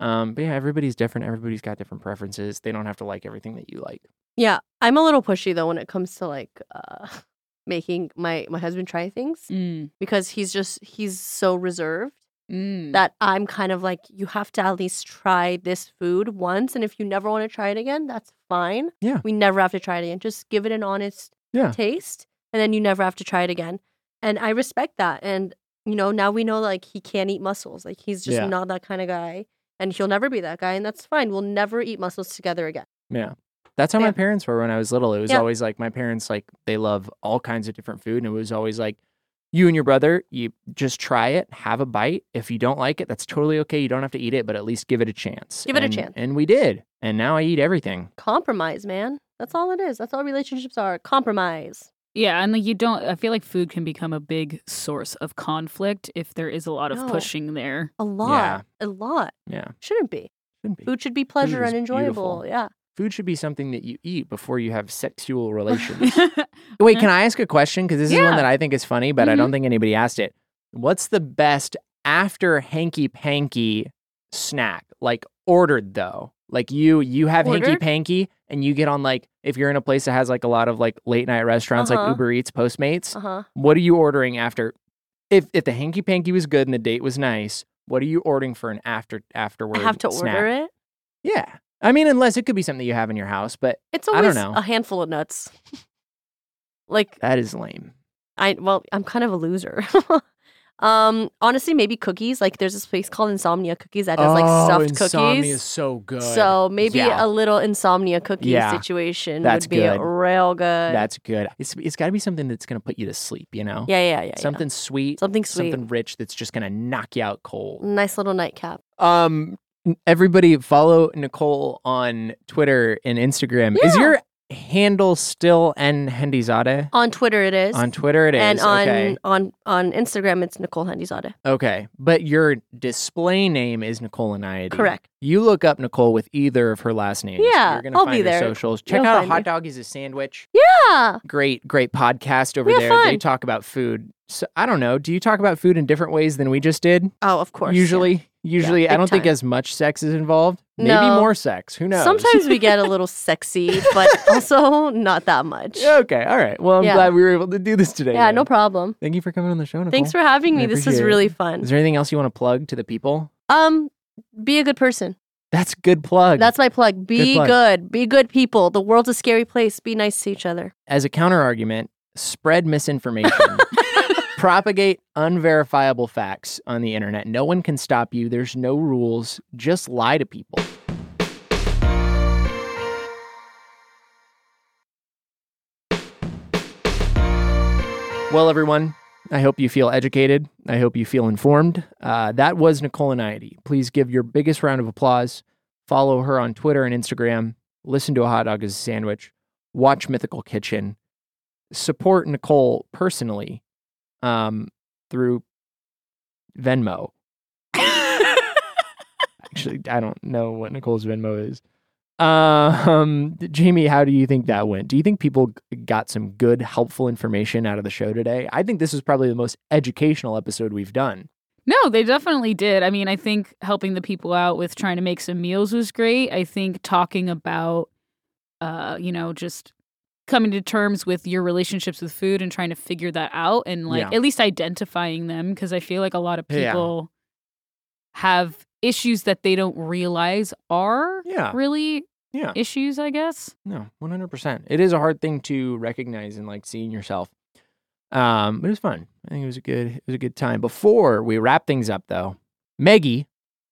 Speaker 4: Um, but yeah, everybody's different. Everybody's got different preferences. They don't have to like everything that you like.
Speaker 6: Yeah. I'm a little pushy though when it comes to like uh (laughs) making my my husband try things
Speaker 3: Mm.
Speaker 6: because he's just he's so reserved.
Speaker 3: Mm.
Speaker 6: that I'm kind of like, you have to at least try this food once. And if you never want to try it again, that's fine.
Speaker 4: Yeah.
Speaker 6: We never have to try it again. Just give it an honest
Speaker 4: Yeah.
Speaker 6: taste, and then you never have to try it again. And I respect that. And, you know, now we know like he can't eat mussels. Like he's just
Speaker 4: Yeah.
Speaker 6: not that kind of guy. And he'll never be that guy. And that's fine. We'll never eat mussels together again.
Speaker 4: Yeah. That's how
Speaker 6: Yeah.
Speaker 4: my parents were when I was little. It was
Speaker 6: Yeah.
Speaker 4: always like my parents like they love all kinds of different food and it was always like you and your brother, you just try it, have a bite. If you don't like it, that's totally okay. You don't have to eat it, but at least give it a chance.
Speaker 6: Give it a
Speaker 4: And-
Speaker 6: chance.
Speaker 4: And we did. And now I eat everything.
Speaker 6: Compromise, man. That's all it is. That's all relationships are. Compromise.
Speaker 3: Yeah, and like you don't. I feel like food can become a big source of conflict if there is a lot of
Speaker 6: No.
Speaker 3: pushing there. (laughs)
Speaker 6: A lot. A lot.
Speaker 4: Yeah.
Speaker 6: Shouldn't be.
Speaker 4: Shouldn't be.
Speaker 6: Food should be pleasure
Speaker 4: is
Speaker 6: and enjoyable.
Speaker 4: beautiful.
Speaker 6: Yeah.
Speaker 4: Food should be something that you eat before you have
Speaker 6: (laughs)
Speaker 4: sexual relations.
Speaker 3: Ooh,
Speaker 6: Mm-hmm.
Speaker 4: Wait, can I ask a question? Because this is
Speaker 3: Yeah.
Speaker 4: one that I think is funny, but I don't think anybody asked it. What's the best after hanky panky snack? Like ordered though. Like you you have hanky
Speaker 6: Ordered?
Speaker 4: panky and you get on like if you're in a place that has like a lot of like late night restaurants
Speaker 6: Uh-huh.
Speaker 4: like Uber Eats, Postmates,
Speaker 6: Uh huh.
Speaker 4: what are you ordering after if if the hanky panky was good and the date was nice, what are you ordering for an after afterward?
Speaker 6: I have to
Speaker 4: snack?
Speaker 6: order it.
Speaker 4: Yeah. I mean, unless it could be something you have in your house, but
Speaker 6: It's
Speaker 4: I don't
Speaker 6: always
Speaker 4: know.
Speaker 6: a handful of nuts. like
Speaker 4: that is lame.
Speaker 6: I well, I'm kind of a loser. (laughs) um, honestly, maybe cookies. Like there's this place called Insomnia Cookies that does like stuffed
Speaker 4: Oh, insomnia
Speaker 6: cookies.
Speaker 4: is so good.
Speaker 6: So maybe
Speaker 4: Yeah.
Speaker 6: a little insomnia cookie
Speaker 4: Yeah.
Speaker 6: situation
Speaker 4: That's
Speaker 6: would be
Speaker 4: good.
Speaker 6: real good.
Speaker 4: That's good. It's it's got to be something that's gonna put you to sleep. You know,
Speaker 6: yeah, yeah, yeah, yeah.
Speaker 4: something sweet,
Speaker 6: something sweet,
Speaker 4: something rich that's just gonna knock you out cold.
Speaker 6: nice little nightcap.
Speaker 4: Um, n- everybody follow Nicole on Twitter and Instagram. Is
Speaker 6: Yeah.
Speaker 4: your handle still N Hendizade?
Speaker 6: On Twitter, it is.
Speaker 4: On Twitter it is.
Speaker 6: and on
Speaker 4: okay.
Speaker 6: on on Instagram, it's Nicole Handizade.
Speaker 4: Okay. But your display name is Nicole and
Speaker 6: Correct.
Speaker 4: You look up Nicole with either of her last names.
Speaker 6: Yeah,
Speaker 4: You're gonna
Speaker 6: I'll
Speaker 4: find
Speaker 6: be
Speaker 4: her
Speaker 6: there.
Speaker 4: socials. Check
Speaker 6: You'll
Speaker 4: out a
Speaker 6: find
Speaker 4: hot
Speaker 6: me.
Speaker 4: dog is a sandwich.
Speaker 6: Yeah.
Speaker 4: Great, great podcast over
Speaker 6: Yeah,
Speaker 4: there. They
Speaker 6: fun.
Speaker 4: talk about food. So I don't know. Do you talk about food in different ways than we just did?
Speaker 6: Oh, of course. yeah.
Speaker 4: Usually, usually I
Speaker 6: big
Speaker 4: don't think
Speaker 6: time.
Speaker 4: as much sex is involved. Maybe
Speaker 6: No.
Speaker 4: more sex. Who knows?
Speaker 6: Sometimes we get a little sexy,
Speaker 4: (laughs)
Speaker 6: but also not that much. Yeah,
Speaker 4: okay. All right. Well, I'm
Speaker 6: Yeah.
Speaker 4: glad we were able to do this today. then.
Speaker 6: no problem.
Speaker 4: Thank you for coming on the show. Nicole.
Speaker 6: Thanks for having
Speaker 4: I
Speaker 6: me. This was
Speaker 4: appreciate it.
Speaker 6: really fun.
Speaker 4: Is there anything else you want to plug to the people?
Speaker 6: Um, be a good person.
Speaker 4: That's a good plug.
Speaker 6: That's my plug. Be
Speaker 4: plug.
Speaker 6: good. Be good people. The world's a scary place. Be nice to each other.
Speaker 4: as a counter argument, spread misinformation, propagate unverifiable facts on the internet. No one can stop you. There's no rules. Just lie to people. Well, everyone, I hope you feel educated. I hope you feel informed. Uh, that was Nicole Aniety. Please give your biggest round of applause. Follow her on Twitter and Instagram. Listen to a hot dog as a sandwich watch Mythical Kitchen, support Nicole personally um, through Venmo. Actually, I don't know what Nicole's Venmo is. Um, Jamie, how do you think that went? Do you think people g- got some good, helpful information out of the show today? I think this is probably the most educational episode we've done.
Speaker 3: No, they definitely did. I mean, I think helping the people out with trying to make some meals was great. I think talking about, uh, you know, just coming to terms with your relationships with food and trying to figure that out and like
Speaker 4: Yeah.
Speaker 3: at least identifying them because I feel like a lot of
Speaker 4: Yeah.
Speaker 3: people have issues that they don't realize are
Speaker 4: Yeah.
Speaker 3: really
Speaker 4: Yeah.
Speaker 3: issues, I guess.
Speaker 4: No, one hundred percent. It is a hard thing to recognize and like seeing yourself. Um, but it was fun. I think it was a good it was a good time. Before we wrap things up though, Meggie,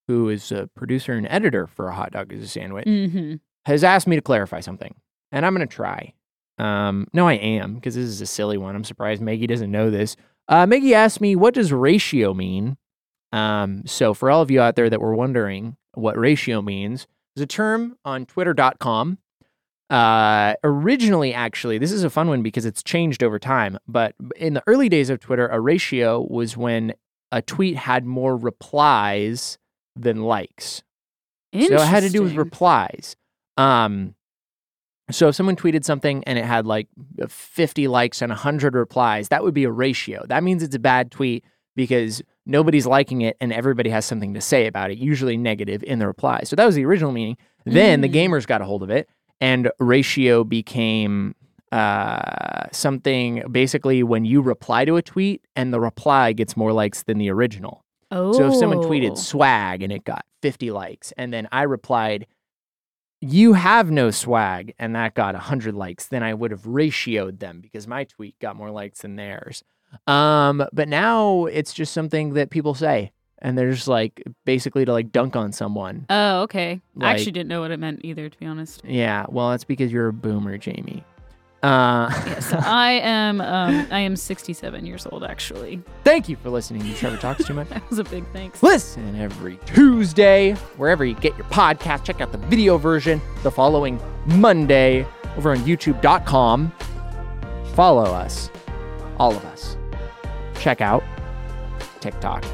Speaker 4: who is a producer and editor for a hot dog is a sandwich,
Speaker 3: hmm
Speaker 4: has asked me to clarify something. And I'm gonna try. Um, no, I am, because this is a silly one. I'm surprised Meggie doesn't know this. Uh Meggie asked me, what does ratio mean? Um, so for all of you out there that were wondering what ratio means, there's a term on twitter.com uh, originally, actually, this is a fun one because it's changed over time. But in the early days of Twitter, a ratio was when a tweet had more replies than likes. So it had to do with
Speaker 3: Interesting.
Speaker 4: replies. Um, so if someone tweeted something and it had like 50 likes and 100 replies, that would be a ratio. That means it's a bad tweet because nobody's liking it and everybody has something to say about it, usually negative in the replies. So that was the original meaning. Then the
Speaker 3: Mm.
Speaker 4: gamers got a hold of it and ratio became uh, something basically when you reply to a tweet and the reply gets more likes than the original.
Speaker 3: Oh.
Speaker 4: So if someone tweeted swag and it got 50 likes, and then I replied, you have no swag, and that got 100 likes, then I would have ratioed them because my tweet got more likes than theirs. Um, but now it's just something that people say, and they're just like basically to like dunk on someone.
Speaker 3: Oh, okay. I actually
Speaker 4: Like-
Speaker 3: didn't know what it meant either, to be honest.
Speaker 4: (laughs) Yeah, well, that's because you're a boomer, Jamie. Uh, (laughs)
Speaker 3: Yes, I am. Um, I am 67 years old. Actually, (laughs)
Speaker 4: thank you for listening to Trevor Talks Too Much.
Speaker 3: that was a big thanks.
Speaker 4: Listen every Tuesday, wherever you get your podcast. Check out the video version the following Monday over on youtube.com. Follow us, all of us. Check out TikTok.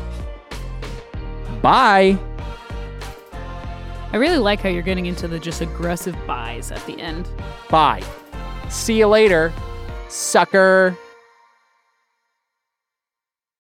Speaker 4: Bye.
Speaker 3: I really like how you're getting into the just aggressive buys at the end.
Speaker 4: Bye. See you later, sucker.